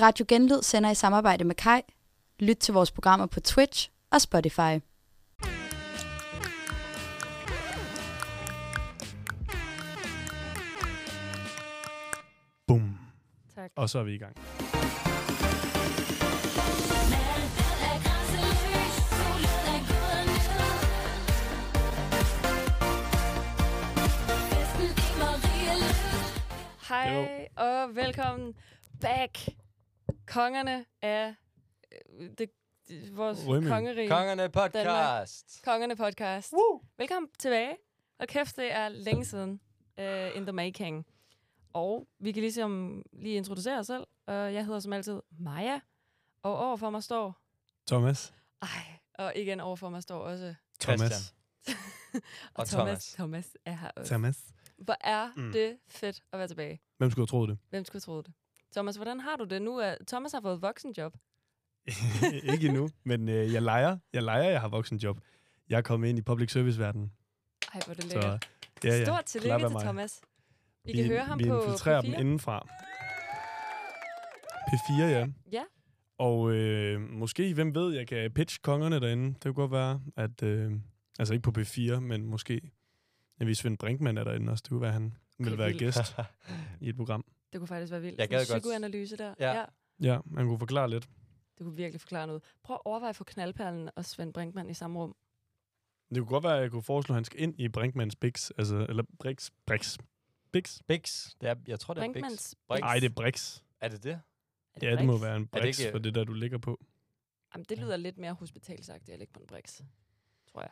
Radio Genlyd sender i samarbejde med Kai. Lyt til vores programmer på Twitch og Spotify. Bum. Tak. Og så er vi i gang. Hej og velkommen back. Kongerne af øh, det, det, vores Rømø. kongerige. Kongerne podcast. Kongerne podcast. Woo! Velkommen tilbage. Og kæft, det er længe siden uh, in the making. Og vi kan ligesom lige introducere os selv. Og jeg hedder som altid Maja. Og overfor mig står... Thomas. Ej, og igen overfor mig står også... Thomas. Christian. Og Thomas. Thomas er her også. Thomas. Hvor er Mm. mm. det fedt at være tilbage. Hvem skulle have troet det? Hvem skulle tro det? Thomas, hvordan har du det nu? Er- Thomas har fået voksenjob. Ikke endnu, men øh, jeg leger. Jeg leger, jeg har voksenjob. Jeg er kommet ind i public service-verdenen. Ej, hvor er det Så lækkert. ja, ja. Stort klap tillykke af til mig. Thomas. I kan høre ham vi på infiltrerer P4. dem indenfra. P4, ja. Ja. Og øh, måske, hvem ved, jeg kan pitche kongerne derinde. Det kunne godt være, at... Øh, altså ikke på P4, men måske... Ja, hvis Svend Brinkmann er derinde også, det kunne være, han Det ville er være vildt. gæst i et program. Det kunne faktisk være vildt. Jeg Sådan en gad godt- Psykoanalyse der. Ja. Ja, han kunne forklare lidt. Det kunne virkelig forklare noget. Prøv at overveje for knaldperlen og Svend Brinkmann i samme rum. Det kunne godt være, at jeg kunne foreslå, at han skal ind i Brinkmanns Bix. Altså, eller Brix. Brix. Bix? Bix. Det er, jeg tror, det er Bix. Brinkmanns... Brix. Nej, det er Brix. Er det det? Er Ja, det må Brix? være en det Brix, ikke- for det der, du ligger på. Jamen, det lyder lidt mere hospitalsagtigt at ligge på en briks, tror jeg.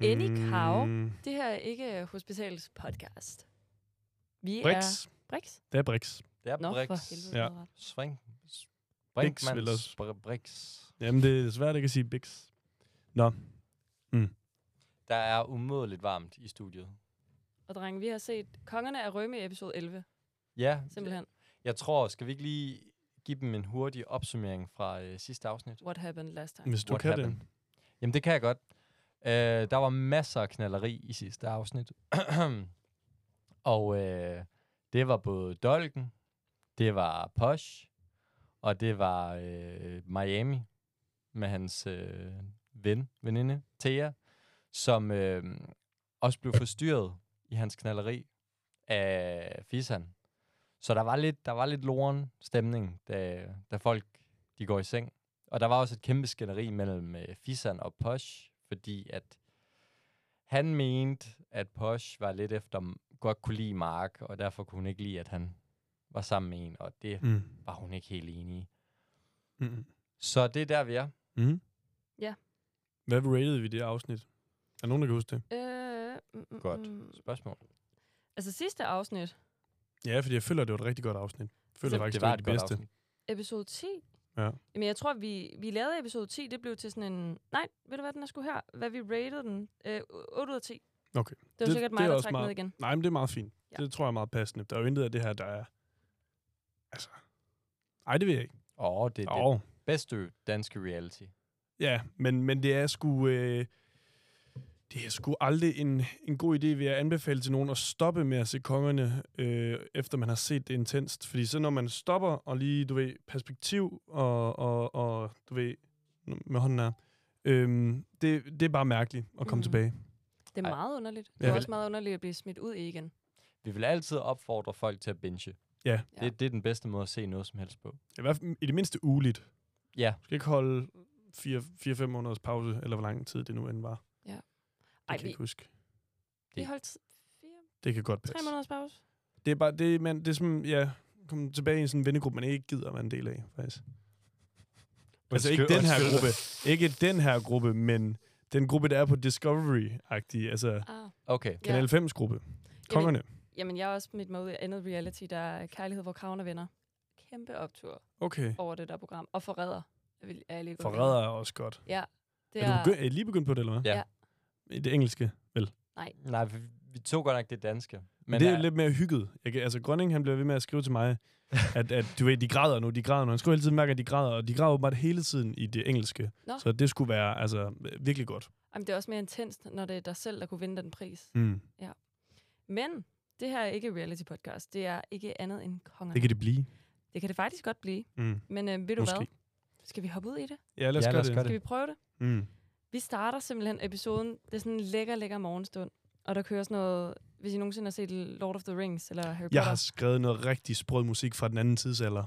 Anyhow. Mm, Det her er ikke hospitals podcast. Vi er... Brix. Brix. Det er Brix. Det er Nå, Brix. for helvede. Ja. Ja. Svring. vil også- Brinkmans Br- Brix. Jamen, det er svært ikke at sige Bix. Nå, Der er umådeligt varmt i studiet. Og drenge, vi har set Kongerne af Rømme i episode 11, Ja, simpelthen. jeg tror, skal vi ikke lige give dem en hurtig opsummering fra øh, sidste afsnit? What happened last time? hvis du What kan happened? det. Jamen, det kan jeg godt. Øh, der var masser af knalleri i sidste afsnit. og øh, det var både Dolken, det var Posh, og det var øh, Miami med hans øh, ven, veninde, Thea, som øh, også blev forstyrret i hans knalleri af Fisan. Så der var lidt, der var lidt loren stemning, da, da folk de går i seng. Og der var også et kæmpe skænderi mellem øh, Fisan og Posh, fordi at han mente, at Posh var lidt efter, m- godt kunne lide Mark, og derfor kunne hun ikke lide, at han var sammen med en, og det Mm. var hun ikke helt enig i. Mm. Så det er der, vi er. Mm. Ja. Hvad rated vi det afsnit? Er der nogen, der kan huske det? Øh, mm, mm, Godt. mm. Spørgsmål. Altså sidste afsnit, Ja, fordi jeg føler, det var et rigtig godt afsnit. Jeg føler Så faktisk, det var det et var godt det bedste. afsnit. episode 10. Ja. Jamen, jeg tror, vi, vi lavede episode 10, det blev til sådan en... Nej, ved du hvad, den er sgu her. Hvad vi rated den? Øh, 8 ud af 10. Okay. Det var Det- det, sikkert det er mig, der også trak meget- ned igen. Nej, men det er meget fint. Ja. Det tror jeg er meget passende. Der er jo intet af det her, der er... Altså... Ej, det ved jeg ikke. Åh, oh, det er det Åh. bedste danske reality. Ja, men, men det er sgu... Øh, det er sgu aldrig en, en god idé, vil jeg anbefale til nogen at stoppe med at se kongerne, øh, efter man har set det intenst. Fordi så når man stopper og lige, du ved, perspektiv og, og, og du ved, nu med hånden her, øhm, det, det er bare mærkeligt at komme mm. Mhm. tilbage. Det er Ej. meget underligt. Det Ja, er vel. også meget underligt at blive smidt ud i igen. Vi vil altid opfordre folk til at binge. Ja. Ja. Det, det er den bedste måde at se noget som helst på. I, hvert fald, I det mindste ugeligt. Ja. Du skal ikke holde 4-5 måneders pause, eller hvor lang tid det nu end var. Ja. Det Ej, kan jeg vi- ikke huske. Vi Det- holdt fire, Det kan godt tre passe. måneders pause. Det er bare, det, er- man, det er som, ja, komme tilbage i sådan en vennegruppe, man ikke gider at være en del af, faktisk. Altså ikke den her gruppe, ikke den her gruppe, men den gruppe, der er på Discovery-agtig, altså Ah. Okay. Kanal 5-gruppe. Kongerne. Jamen, jeg har også smidt mig ud i andet reality, der er Kærlighed, hvor kraven er venner. Kæmpe optur Okay. over det der program. Og forræder. Jeg vil, jeg lige gå med. Forræder er også godt. Det Er er, du begy- er I lige begyndt på det, eller hvad? Ja. I det engelske, vel? Nej, vi, vi tog godt nok det danske. Men det er øh, jo lidt mere hygget. Jeg kan, altså, Grønning, han bliver ved med at skrive til mig, at, at du ved, de græder nu, de græder nu. Han skriver hele tiden, mærker, at de græder, og de græder åbenbart hele tiden i det engelske. Nå. Så det skulle være altså, virkelig godt. Jamen, det er også mere intenst, når det er dig selv, der kunne vinde den pris. Mm. Men det her er ikke reality podcast. Det er ikke andet end konger. Det kan det blive. Det kan det faktisk godt blive. Mm. Men øh, ved du Måske. hvad? Skal vi hoppe ud i det? Ja, lad os Ja, ja, gøre lad os det. gøre Gøre det. det. Skal vi prøve det? Mm. Vi starter simpelthen episoden. Det er sådan en lækker, lækker morgenstund. Og der kører sådan noget... Hvis I nogensinde har set Lord of the Rings eller Harry Jeg Potter. har skrevet noget rigtig sprød musik fra den anden tidsalder.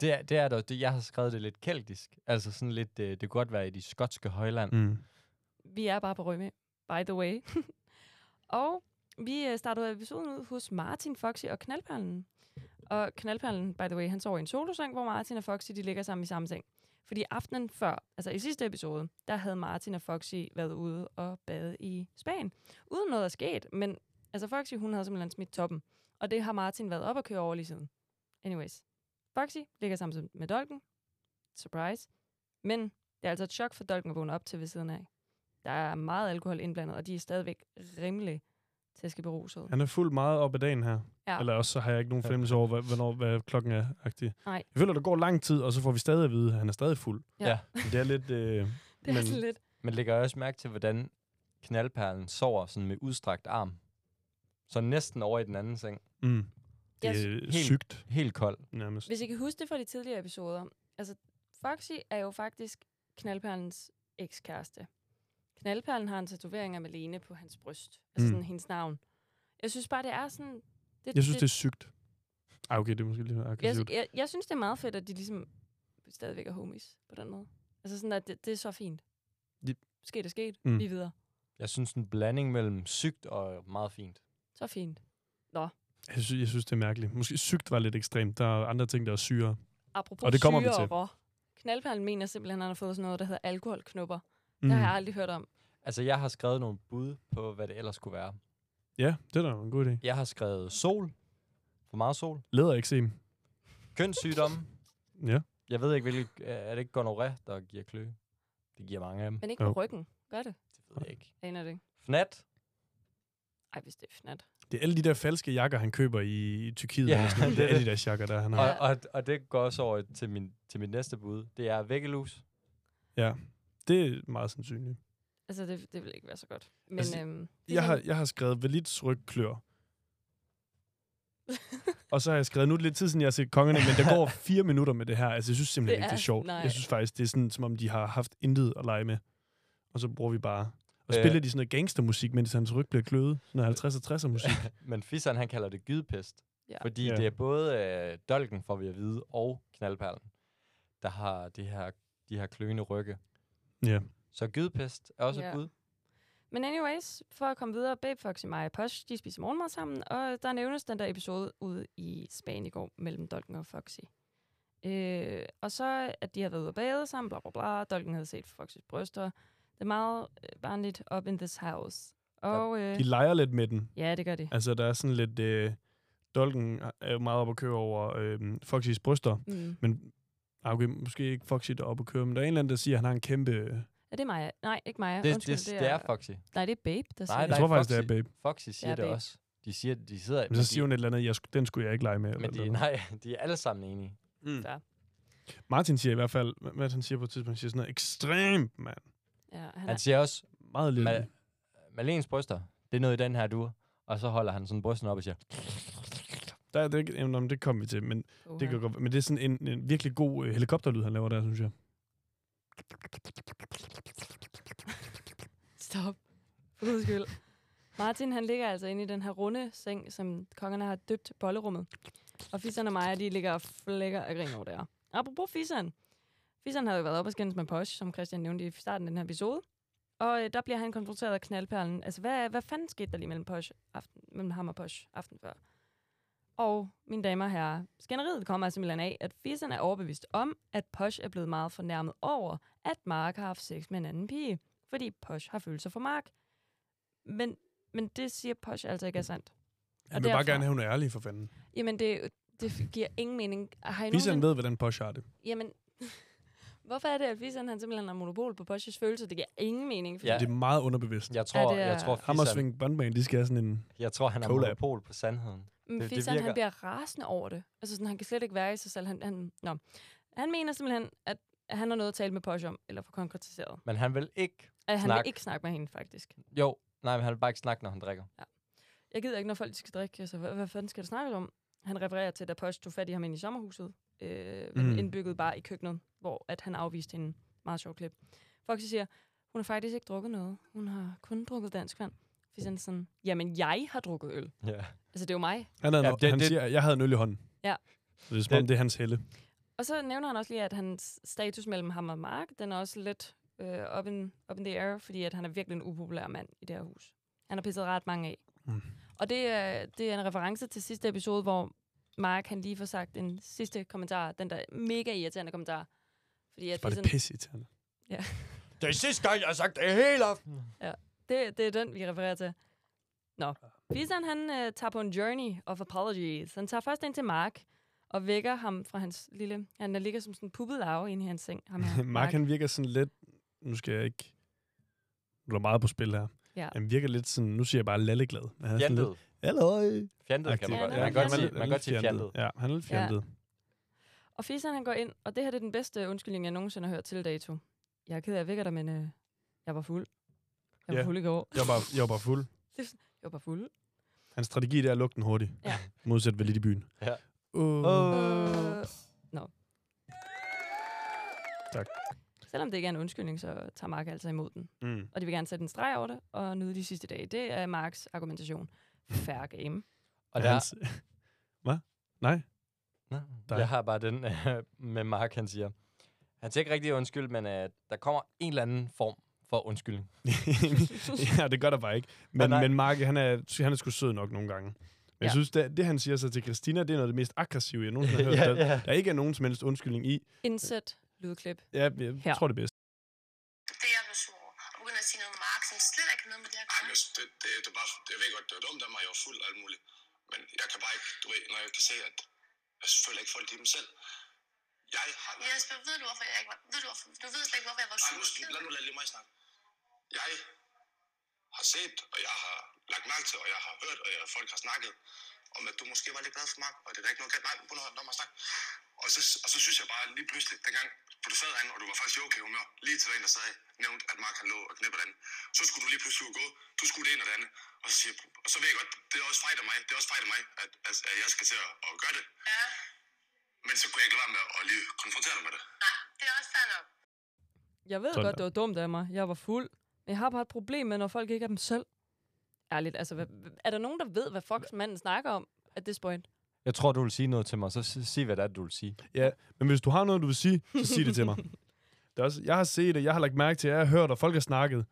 Det er, det er der, det, jeg har skrevet det lidt keltisk. Altså sådan lidt, øh, det kunne godt være i de skotske højland. Mm. Mm. Vi er bare på Rømø, by the way. og vi øh, startede episoden ud hos Martin, Foxy og Knaldperlen. Og Knaldperlen, by the way, han sover i en soloseng, hvor Martin og Foxy de ligger sammen i samme seng. Fordi aftenen før, altså i sidste episode, der havde Martin og Foxy været ude og bade i Spanien. Uden noget er sket, men altså Foxy, hun havde simpelthen smidt toppen. Og det har Martin været op og køre over lige siden. Anyways, Foxy ligger sammen med Dolken. Surprise. Men det er altså et chok for Dolken at vågne op til ved siden af. Der er meget alkohol indblandet, og de er stadigvæk rimelig tæskeberusede. Han er fuldt meget op ad dagen her. Ja. Ja. Eller også så har jeg ikke nogen fornemmelse over, hvad- hvornår, hvad klokken er. -agtig. Nej. Jeg føler, der går lang tid, og så får vi stadig at vide, at han er stadig fuld. Ja. Ja. Men Det er lidt... Øh, Det er men- sådan lidt... Men lægger jeg også mærke til, hvordan knaldperlen sover sådan med udstrakt arm. Så næsten over i den anden seng. mm, det Jeg, er helt- sygt, Helt kold. nærmest. hvis I kan huske det fra de tidligere episoder, altså Foxy er jo faktisk knaldperlens ekskæreste. Knaldperlen har en tatovering af Malene på hans bryst. Altså Mm. sådan hendes navn. Jeg synes bare, det er sådan... Det, Jeg synes, det er sygt. Ah, okay, det er måske lidt jeg, aggressivt. jeg, jeg synes, det er meget fedt, at de ligesom stadigvæk er homies på den måde. Altså sådan, at det, det er så fint. Det- Sket er sket. Mm. Mm. Vi er videre. Jeg synes, en blanding mellem sygt og meget fint. Så fint. Jeg synes, jeg synes, det er mærkeligt. Måske sygt var lidt ekstremt. Der er andre ting, der er syre. Apropos Og det kommer vi syre til. og rå. Knaldperlen mener simpelthen, at han har fået sådan noget, der hedder alkoholknupper. Mm. Mm. Det har jeg aldrig hørt om. Altså, jeg har skrevet nogle bud på, hvad det ellers kunne være. Ja, det er da en god idé. Jeg har skrevet sol. For meget sol. Lædereksem. Kønssygdomme. Ja. Jeg ved ikke, hvilke... øh, Er det ikke gonoré, der giver klø? Det giver mange af dem. Men ikke på Jo. ryggen. Gør det. Det ved jeg ikke. Jeg Aner det ikke. Fnat. Ej, hvis det er fnat. Det er alle de der falske jakker, han køber i, i Tyrkiet. Ja, Ja, eller sådan noget. det er Det er alle det. de der jakker, der han har. Og, og, og det går også over til, min, til mit næste bud. Det er væggelus. Det er meget sandsynligt. Altså, det, det vil ikke være så godt. Men Altså, øhm, det Jeg kan- har, jeg har skrevet Velits rygklør. Og så har jeg skrevet, nu er det lidt tid siden, jeg har set kongerne, men der går fire minutter med det her. Altså, jeg synes simpelthen Det det ikke, det er er- sjovt. nej. Jeg synes faktisk, det er sådan, som om de har haft intet at lege med. Og så bruger vi bare... Og Øh. spiller de sådan noget gangstermusik, mens hans ryg bliver kløet. Noget 50 og 60'er musik. Men fisseren, han kalder det gydepest. Ja. Fordi Ja. det er både øh, dolken, får vi at vide, og knaldperlen, der har det her, de her kløende rygge. Ja. Så gydepest er også Ja. et bud. Men anyways, for at komme videre, Babe Foxy, Maja og Posh, de spiser morgenmad sammen, og der nævnes den der episode ude i Spanien i går mellem Dolken og Foxy. Øh, og så, at de har været ude og bade sammen, bla bla bla, Dolken havde set Foxys bryster. Det er meget øh, barnligt up in this house. Og øh, De leger lidt med den. ja, det gør de. Altså, der er sådan lidt... Øh, Dolken er jo meget op at køre over øh, Foxys bryster. Mm. Men ah, okay, måske ikke Foxy, der er oppe at køre. Men der er en eller anden, der siger, at han har en kæmpe... Er det Maja? Nej, ikke Maja. Det, Undskyld, det, det, det er Foxy. Nej, det er Babe, der siger Nej, det. Jeg tror faktisk, det er Babe. Foxy siger Ja, det babe. også. De siger, de sidder... Men så siger hun et eller andet, jeg, sk- den skulle jeg ikke lege med. eller men et eller de, andet. nej, de er alle sammen enige. Mm. Ja. Martin siger i hvert fald, hvad- hvad han siger på et tidspunkt, han siger sådan noget, ekstremt, mand. Ja, han er, Han siger også, Meget lidt. Ma- Malens bryster, det er noget i den her dur. Og så holder han sådan brysten op og siger, Der, er det, ikke- jamen, jamen, det kommer vi til, men det, kan godt, være- men det er sådan en, en virkelig god øh, helikopterlyd, han laver der, synes jeg. Stop. For guds skyld. Martin, han ligger altså inde i den her runde seng, som kongerne har døbt bollerummet. Og Fisseren og Maja, de ligger og flækker af grin over der. Apropos Fisseren. Fisseren havde jo været op og skændes med Posh, som Christian nævnte i starten af den her episode. Og øh, der bliver han konfronteret af knaldperlen. Altså, hvad, hvad fanden skete der lige mellem, Posh aften, mellem ham og Posh aften før? Og, mine damer og herrer, skænderiet kommer altså simpelthen af, at Fisseren er overbevist om, at Posh er blevet meget fornærmet over, at Mark har haft sex med en anden pige fordi Posh har følelser for Mark. Men, men det siger Posh altså ikke er sandt. Han vil bare derfra- gerne have, hun er ærlig, for fanden. Jamen, det, det giver ingen mening. Har I Hvis han nogensinde- ved, hvordan Posh har det. Jamen, hvorfor er det, at Fisan han simpelthen har monopol på Poshes følelser? Det giver ingen mening. fordi- Ja. Ja. Det er meget underbevidst. Ja. jeg tror, det jeg er- tror, Ham og Fisan, Sving Bandman, de skal have sådan en... jeg tror, han har Collab. monopol på sandheden. Men Det- det Fisan, virker- han bliver rasende over det. Altså, sådan, han kan slet ikke være i sig selv. Han, han, nå. han mener simpelthen, at han har noget at tale med Posh om, eller få konkretiseret. Men han vil ikke... At han Snak. vil ikke snakke med hende, faktisk. Jo, nej, men han vil bare ikke snakke, når han drikker. Jeg gider ikke, når folk skal drikke. Altså, hvad, hvad fanden skal der snakke om? han refererer til, da Posh tog fat i ham ind i sommerhuset, øh, mm. Mm. indbygget bare i køkkenet, hvor at han afviste hende. Meget sjov klip. Foxy siger, hun har faktisk ikke drukket noget. Hun har kun drukket dansk vand. Fordi sådan sådan, jamen jeg har drukket øl. Ja. Altså det er jo mig. Han, havde, Ja, ja, det, det- han det- siger, jeg havde en øl i hånden. Ja. Så det er som om, Det- det er hans helle. Og så nævner han også lige, at hans status mellem ham og Mark, den er også lidt øh, up, in, up in the air, fordi at han er virkelig en upopulær mand i det her hus. Han har pisset ret mange af. Mm. Og det, er- det er en reference til sidste episode, hvor Mark han lige får sagt en sidste kommentar, den der mega irriterende kommentar. Fordi at Var det, det er pisse irriterende. Det er sidste gang, jeg har sagt det hele aften. sådan, det, det er den, vi refererer til. Nå. Visan, han øh, tager på en journey of apologies. Han tager først ind til Mark og vækker ham fra hans lille... Han ligger som sådan en puppet larve inde i hans seng. Ham her, Mark, han virker sådan lidt... Nu skal jeg ikke... Nu er der meget på spil her. Ja. Han virker lidt sådan... Nu siger jeg bare lalleglad. Men Han er sådan Fjantet. lidt... Halløj. Fjantet kan man Agtigt. godt. Ja, Man kan godt han er sige, lidt- man kan godt sige fjantet. Ja, han er lidt Ja. fjantet. Og Fisan han går ind, og det her det er den bedste undskyldning, jeg nogensinde har hørt til dato. Jeg er ked af, at jeg vækker dig, men øh, jeg var fuld. Jeg var Ja. fuld i går. Jeg var, bare, jeg var bare fuld. Jeg var bare fuld. Hans strategi det er at lukke den hurtigt. Ja. Modsat ved lidt i byen. Ja. Uh, Åh. Øh. Nå. Tak. Selvom det ikke er en undskyldning, så tager Mark altså imod den. Mm. Og de vil gerne sætte en streg over det og nyde de sidste dage. Det er Marks argumentation. Fair game. Og Ja, der, hans- Hvad? Nej. Nå, Der- Jeg har bare den øh, med Mark, han siger. Han siger ikke rigtig undskyld, men øh, der kommer en eller anden form for undskyldning. ja, det gør der bare ikke. Men Men, nej. men Mark, han er, han er sgu sød nok nogle gange. Men ja. Ja. jeg synes, det, det, han siger så til Christina, det er noget af det mest aggressive, jeg nogensinde har hørt. Der, ja. der ikke er nogen som helst undskyldning i. Indsæt lydklip. Ja, jeg Her. Her. tror det er bedst. Det er jeg blevet sur over. Og begynder at sige noget Mark, som slet ikke har noget med det her at Ej, gøre. men det, det, det er bare, jeg ved godt, det var dumt af mig, jeg var fuld og alt muligt. Men jeg kan bare ikke, du ved, når jeg kan se, at jeg føler ikke folk i dem selv. Jeg har... Jeg spørger, ved du, hvorfor jeg ikke var... Ved du, hvorfor, du ved slet ikke, hvorfor jeg var Ej, sur. nu, og ked af lad det. nu lade lige mig snakke. Jeg har set, og jeg har lagt mærke til, og jeg har hørt, og jeg, folk har snakket om, at du måske var lidt glad for Mark, og det er der ikke noget galt. Nej, prøv nu at lad mig snakke. Og så, og så synes jeg bare lige pludselig, dengang hvor du sad derinde, og du var faktisk i okay humør, lige til den, der sad nævnte, at Mark han lå og knipper den. Så skulle du lige pludselig ud og gå, du skulle det ene og det andet, og så, siger, jeg- og så ved jeg godt, det er også fejl af mig, det er også fejl af mig, at, at, at jeg skal til at, at gøre det. Ja, Men så kunne jeg ikke lade være med at lige konfrontere dig med det. nej, det er også fair nok. Jeg ved Sådan godt, der. det var dumt af mig. Jeg var fuld. Men jeg har bare et problem med, når folk ikke er dem selv. Ærligt, altså, hvad, er der nogen, der ved, hvad fucks manden snakker om? At det point. Jeg tror, du vil sige noget til mig, så sig, sig hvad det er, du vil sige. Ja, men hvis du har noget, du vil sige, så sig det til mig. Der er også, jeg har set det, jeg har lagt mærke til, at jeg har hørt, og folk har snakket.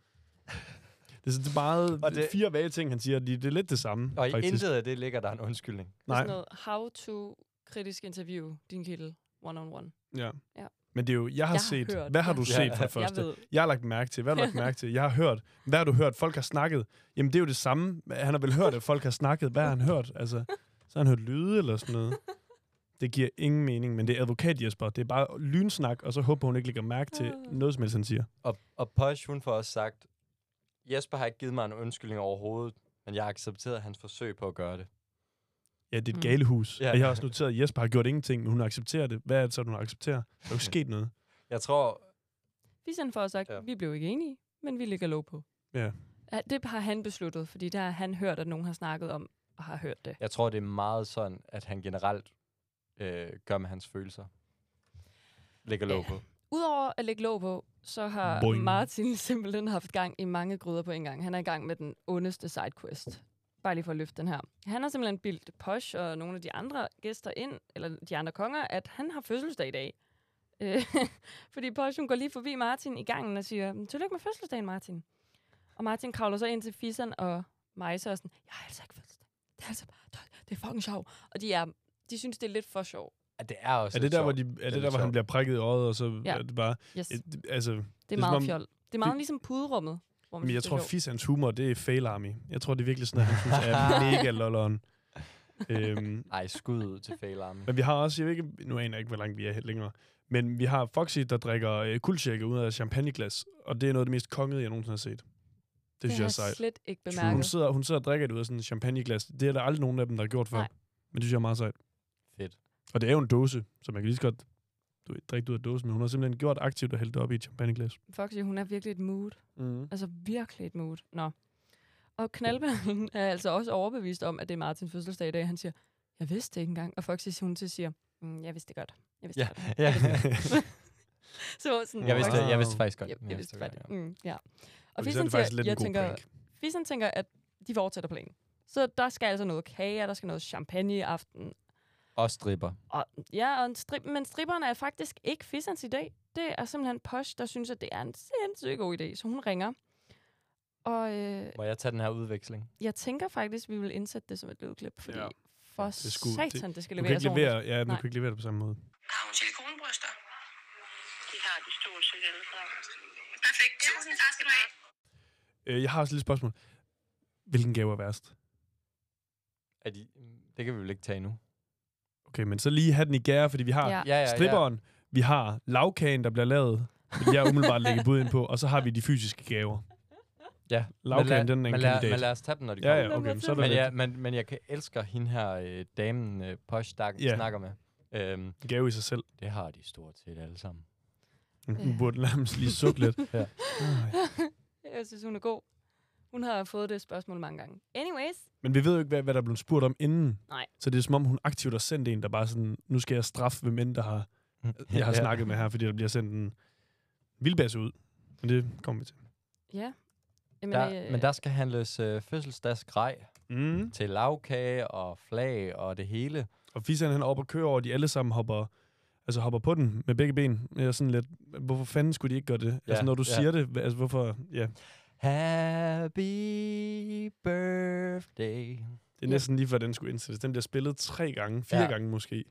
Det er sådan meget Og og det- det, fire vage ting, han siger. De, det er lidt det samme, Og i faktisk. intet af det ligger der en undskyldning. Nej. Sådan Nej, noget, how to kritisk interview din kittel one-on-one. ja. Ja. Men det er jo, jeg har, Jeg har set, hørt. hvad har du Ja. set for Jeg det første? Jeg ved, Jeg har lagt mærke til. Hvad har du lagt mærke til? Jeg har hørt. Hvad har du hørt? Folk har snakket. Jamen, det er jo det samme. Han har vel hørt, at folk har snakket. Hvad har han hørt? Altså, så har han hørt lyde eller sådan noget. Det giver ingen mening, men det er advokat Jesper. Det er bare lynsnak, og så håber hun ikke lægger mærke til Ah. noget, som helst, han siger. Og, og Posh, hun får også sagt, Jesper har ikke givet mig en undskyldning overhovedet, men jeg har accepteret hans forsøg på at gøre det. Ja, det er Mm. et galehus. Ja. Ja. Og jeg har også noteret, at Jesper har gjort ingenting, men hun accepterer det. Hvad er det så, hun accepterer? Der er jo ikke sket noget. Jeg tror, Vi sendte for og sagt, Ja. ja. vi blev ikke enige, men vi ligger låg på. Ja. Ja, Det har han besluttet, fordi der har han hørt, at nogen har snakket om, og har hørt det. jeg tror, det er meget sådan, at han generelt øh, gør med hans følelser. Ligger låg på. Udover at ligge låg på, så har Boing. Boing. Martin simpelthen haft gang i mange gryder på en gang. Han er i gang med den ondeste sidequest. Bare lige for at løfte den her. Han har simpelthen bildt Posh og nogle af de andre gæster ind, eller de andre konger, at han har fødselsdag i dag. Øh, fordi Posh, hun går lige forbi Martin i gangen og siger, "Men tillykke med fødselsdagen, Martin. Og Martin kravler så ind til Fisan og Majse og sådan, jeg har altså ikke fødselsdag. Det er altså bare, det er fucking sjov. Og de, er, de synes, det er lidt for sjov. Ja, det er også Er det lidt der, hvor, sjovt. de, er det lidt der, hvor han sjovt. bliver prikket i øjet, og så Ja. ja. er det bare... Yes, det, Et, altså, er det er meget som om- fjol. Det er meget det- ligesom puderummet. Hvor man men jeg synes, tror, det er sjovt. Fisans humor, det er fail army. Jeg tror, det er virkelig sådan, at han synes, er mega lolleren. Øhm, Ej, skud ud til fail army. Men vi har også, jeg ved ikke, nu aner jeg ikke, hvor langt vi er længere, men vi har Foxy, der drikker øh, kuldtjekke ud af champagneglas, og det er noget af det mest kongede, jeg nogensinde har set. Det, det synes jeg er har jeg sejt. slet ikke Hun bemærket. sidder, hun sidder og drikker det ud af sådan en champagneglas. Det er der aldrig nogen af dem, der har gjort før. Nej. Nej. Men det synes jeg er meget sejt. Fedt. Og det er jo en dåse, så man kan lige så godt du ved, drikke det ud af dåsen, men hun har simpelthen gjort aktivt at hælde det op i et champagneglas. Foxy, hun er virkelig et mood. Mm. Altså virkelig et mood. Nå. Og Knaldbergen er altså også overbevist om, at det er Martins fødselsdag i dag. Han siger, jeg vidste det ikke engang. Og Foxys hun til siger, mm, jeg vidste det godt. Jeg vidste Ja, det godt. ja. Så var sådan, jeg, vidste, Foxy- jeg vidste faktisk godt. Jeg, jeg, vidste godt, det godt. Mm, ja. Og Fordi så er Fisan det faktisk siger, lidt jeg en god tænker, prank. Fisan tænker, at de fortsætter planen. Så der skal altså noget kage, og der skal noget champagne i aften. ja. Og stripper. Og, ja, og en strip, men stripperne er faktisk ikke Fisans idé. Det er simpelthen Posh, der synes, at det er en sindssygt god idé. Så hun ringer. Og øh, Må jeg tage den her udveksling? jeg tænker faktisk, vi vil indsætte det som et lydklip, fordi Ja. ja. for det det skulle- det- satan, det, det skal Du kan leveres ikke levere, ordentligt. ja, du Nej. kan ikke levere det på samme måde. Har hun silikonbryster? De har de stort set alle sammen. Perfekt. Tusind tak skal du have. Øh, jeg har også et lille spørgsmål. Hvilken gave er værst? Er de, det kan vi vel ikke tage endnu. Okay, men så lige have den i gære, fordi vi har ja, Ja. Ja, ja, ja, stripperen, ja. vi har lavkagen, der bliver lavet, vil jeg umiddelbart lægge bud ind på, og så har vi de fysiske gaver. Ja. Lagkagen, Men lad- den er en men lad- kandidat. Men lad os tage dem, når de Ja, kommer. ja, okay, så er der Men lidt jeg, men, men jeg kan elsker hende her, øh, damen øh, Posh, der Ja. yeah. snakker med. Øhm, gave i sig selv. det har de stort set alle sammen. Hun burde nærmest lige sukke lidt. Ja. Ej. Jeg synes, hun er god. Hun har fået det spørgsmål mange gange. Anyways, Men vi ved jo ikke, hvad, hvad der er blevet spurgt om inden. Nej. Så det er som om, hun aktivt har sendt en, der bare sådan, nu skal jeg straffe, hvem end der har, Mm. jeg har Ja. snakket med her, fordi der bliver sendt en vildbasse ud. Men det kommer vi til. ja. Jamen, Der, men øh, der skal handles øh, fødselsdagsgrej Mm. til lavkage og flag og det hele. Og Fisan han er oppe og kører over, og de alle sammen hopper, altså hopper på den med begge ben. Jeg er sådan lidt, hvorfor fanden skulle de ikke gøre det? Ja, Ja, altså når du ja. ja. siger det, hva- altså hvorfor, ja. Happy birthday. Det er næsten lige før, den skulle indsættes. Den bliver spillet tre gange, fire Ja. ja. gange måske.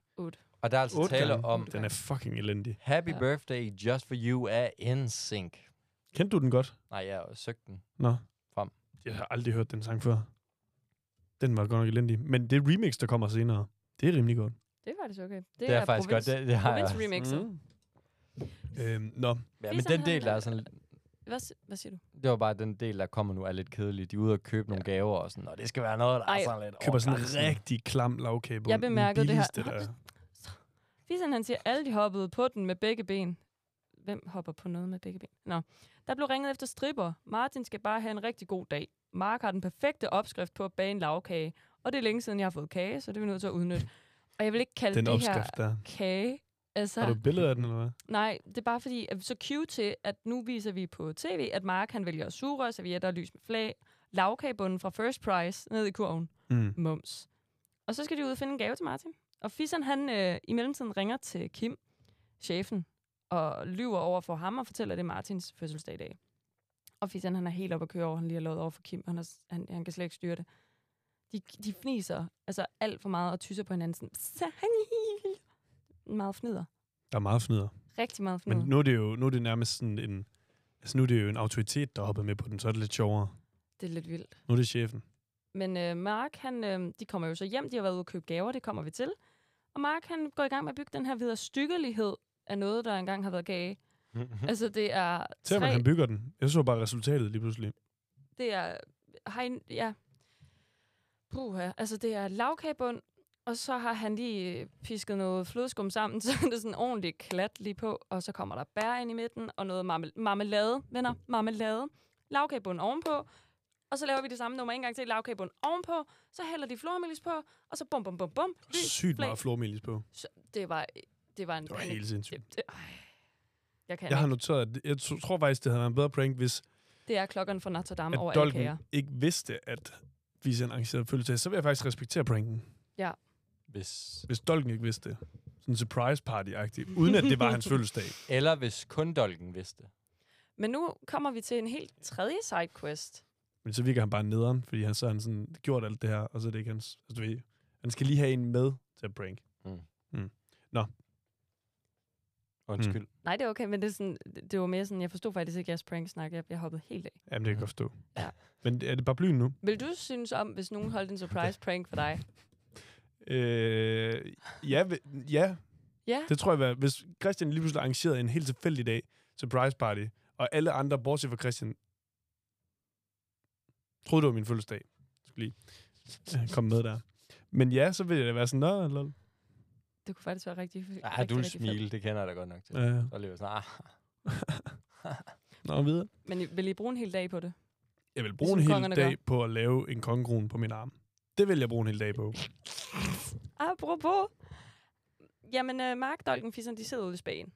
Og der er altså Otte tale gange. om Den er fucking elendig. Happy Ja. birthday just for you af NSYNC. Kendte du den godt? Nej, jeg har søgt den. Nå. Frem. Jeg har aldrig hørt den sang før. Den var godt nok elendig. Men det remix, der kommer senere, det er rimelig godt. Det er faktisk okay. Det, Det er faktisk godt. Det, det har jeg. også. Province-remixet. Mm. Øhm, nå, Ja, men Ligesom Mm. den han, del, der er øh, sådan... Hvad, si- hvad siger du? Det var bare den del, der kommer nu, er lidt kedelig. De er ude og købe nogle gaver og sådan, og det skal være noget, der Ej. er sådan lidt køber over sådan en grænsen." rigtig klam lavkage på Jeg den. Den bemærkede det her. billigste, Der. Fisan han siger, alle de hoppede på den med begge ben. Hvem hopper på noget med begge ben? Nå. Der blev ringet efter stripper. Martin skal bare have en rigtig god dag. Mark har den perfekte opskrift på at bage en lavkage. Og det er længe siden, jeg har fået kage, så det er vi nødt til at udnytte. Og jeg vil ikke kalde Den det opskrift her der. kage. Altså, Har du et billede af den, eller hvad? Nej, det er bare fordi, at vi er så cue til, at nu viser vi på tv, at Mark han vælger sure, servietter og lys med flag, lavkagebunden fra First Price ned i kurven. Mm. Mums. Og så skal de ud og finde en gave til Martin. Og Fisan han øh, i mellemtiden ringer til Kim, chefen, og lyver over for ham og fortæller, at det er Martins fødselsdag i dag. Og Fisan han er helt oppe at køre over, han lige har lovet over for Kim, og han, er, s- han, han kan slet ikke styre det. De, de fniser altså alt for meget og tysser på hinanden. Sådan, "Sahil." meget fnider. Der er meget fnider. Rigtig meget fnider. Men nu er det jo nu er det nærmest sådan en... Altså nu er det jo en autoritet, der hopper med på den, så er det lidt sjovere. Det er lidt vildt. Nu er det chefen. Men øh, Mark, han, øh, de kommer jo så hjem, de har været ude og købe gaver, det kommer vi til. Og Mark, han går i gang med at bygge den her videre stykkelighed af noget, der engang har været gage. Mm-hmm. altså, det er Til at tre, han bygger den. Jeg så bare resultatet lige pludselig. det er, har I, ja, puha, altså det er lavkagebund, og så har han lige øh, pisket noget flødeskum sammen, så det er sådan ordentligt klat lige på, og så kommer der bær ind i midten, og noget marmel- marmelade, venner, marmelade, lavkagebund ovenpå, og så laver vi det samme nummer en gang til, lavkagebund ovenpå, så hælder de flormelis på, og så bum, bum, bum, bum, lys, Sygt flag. meget flormelis på. Så det var, det var en Det var panik. helt sindssygt. Det, det, øj. jeg kan Jeg har ikke. noteret, at jeg tro- tror faktisk, det havde været en bedre prank, hvis Det er klokken fra Notre Dame at over alle kager. Dolken ikke vidste, at Fisan arrangerede fødselsdag, så vil jeg faktisk respektere pranken. Hvis, Hvis Dolken ikke vidste det. Sådan en surprise party-agtig. Uden at det var hans fødselsdag. eller hvis kun Dolken vidste. Men nu kommer vi til en helt tredje sidequest. Men så virker han bare nederen, fordi han så har han sådan gjort alt det her, og så er det ikke hans... Altså, du ved, han skal lige have en med til at prank. Undskyld. Mm. Nej, det er okay, men det, er sådan, det det var mere sådan, jeg forstod faktisk ikke jeres prank-snak, jeg, jeg hoppede helt af. Jamen, det kan jeg godt forstå. Ja. Men er det bare blyen nu? Vil du synes om, hvis nogen holdt en surprise prank for dig? Øh, ja, vi- ja, Ja, det tror jeg, hvad- hvis Christian lige pludselig arrangerede en helt tilfældig dag, surprise party, og alle andre, bortset fra Christian, troede det var min fødselsdag. Jeg Skulle lige øh, komme med der. Men ja, så ville jeg da være sådan, nå, lol. det kunne faktisk være rigtig, Ah, rigtig, du rigtig fedt. smil, det kender jeg da godt nok til. Ja, ja. Så lever jeg sådan, ah, Øh. Nå, videre. Men I- vil I bruge en hel dag på det? Jeg vil bruge Ligesom en hel kongerne dag gør. på at lave en kongekron på min arm. Det vil jeg bruge en hel dag på. Apropos. Jamen, øh, Mark Dolken Fisseren, de sidder ude i Spanien.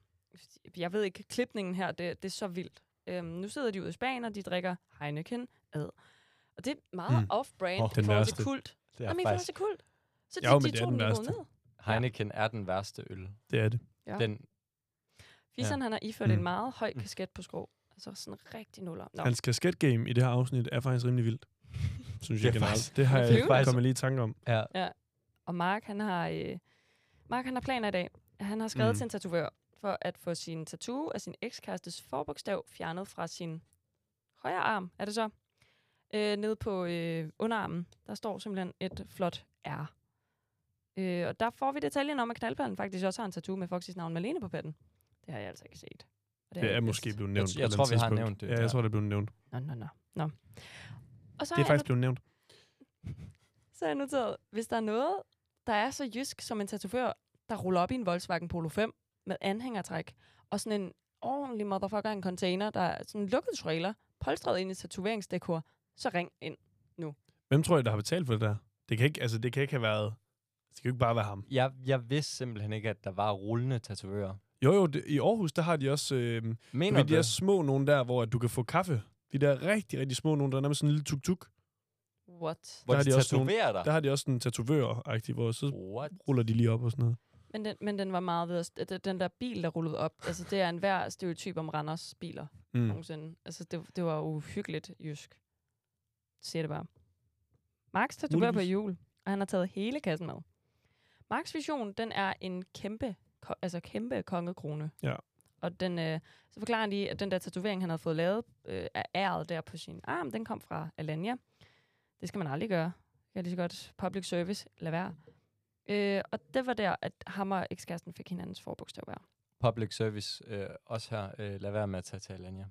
Jeg ved ikke, klipningen her, det, det er så vildt. Øhm, nu sidder de ude i Spanien, og de drikker Heineken ad. Og det er meget Mm. mm. off-brand Åh, oh, i den forhold til værste. kult. Det Ja, Jamen, i forhold til kult. Så de, Jo, men de det er tog den den niveau værste. ned. Heineken er den værste øl. Det er det. Ja. Den, Fisseren, han har iført Mm. en meget høj Mm. kasket på skrå. Altså sådan rigtig nuller. Nå. Hans kasketgame i det her afsnit er faktisk rimelig vildt. Synes Det er jeg generelt. faktisk- det har det er jeg faktisk- kommet lige i tanke om. ja, Og Mark, han har, øh, Mark, han har planer i dag. Han har skrevet Mm. mm. til en tatovør for at få sin tattoo af sin ekskærestes forbogstav fjernet fra sin højre arm, er det så? Øh, nede på øh, underarmen, der står simpelthen et flot R. Øh, og der får vi detaljen om, at knaldperlen faktisk også har en tattoo med Foxys navn Malene på patten. Det har jeg altså ikke set. Og Det har jeg er ikke måske vidst. blevet nævnt. Jeg- på jeg et eller tror, andet vi har tidspunkt. nævnt det. Ja, Ja. jeg tror, det er blevet nævnt. Nå, nå, nå. nå. Og Det så er har jeg faktisk blevet nævnt. Så har jeg noteret, hvis der er noget, der er så jysk som en tatovør, der ruller op i en Volkswagen Polo 5 med anhængertræk, og sådan en ordentlig motherfucker en container, der er sådan en lukket trailer, polstret ind i tatoveringsdekor, så ring ind. Hvem tror jeg, der har betalt for det der? Det kan ikke, altså, det kan ikke have været... Det kan jo ikke bare være ham. jeg, jeg vidste simpelthen ikke, at der var rullende tatovører. Jo, jo, det, i Aarhus, der har de også... Øh, Mener ved du de der det? små nogen der, hvor at du kan få kaffe. De der rigtig, rigtig små nogen, der er nærmest sådan en lille tuk-tuk. What? Hvor der har de de også nogle- tatoverer Der dig? har de også sådan en tatovør-agtig, hvor så What? ruller de lige op og sådan noget. Men den, men den var meget ved at, den- den der bil, der rullede op, altså det er en hver stereotyp om Randers biler Mm. nogensinde. Altså det, det var uhyggeligt jysk. Siger det bare. Max tatoverer på Muligvis. jul, og han har taget hele kassen med. Max vision, den er en kæmpe, ko- altså kæmpe kongekrone. Ja. Og den, øh, så forklarer han lige, at den der tatovering, han havde fået lavet øh, af æret der på sin arm, den kom fra Alanya. Det skal man aldrig gøre. Jeg er lige så godt public service. Lad være. Øh, og det var der, at ham og ekskæresten fik hinandens forbogstav hver. Public service øh, også her. Øh, lad være med at tage til Alanya.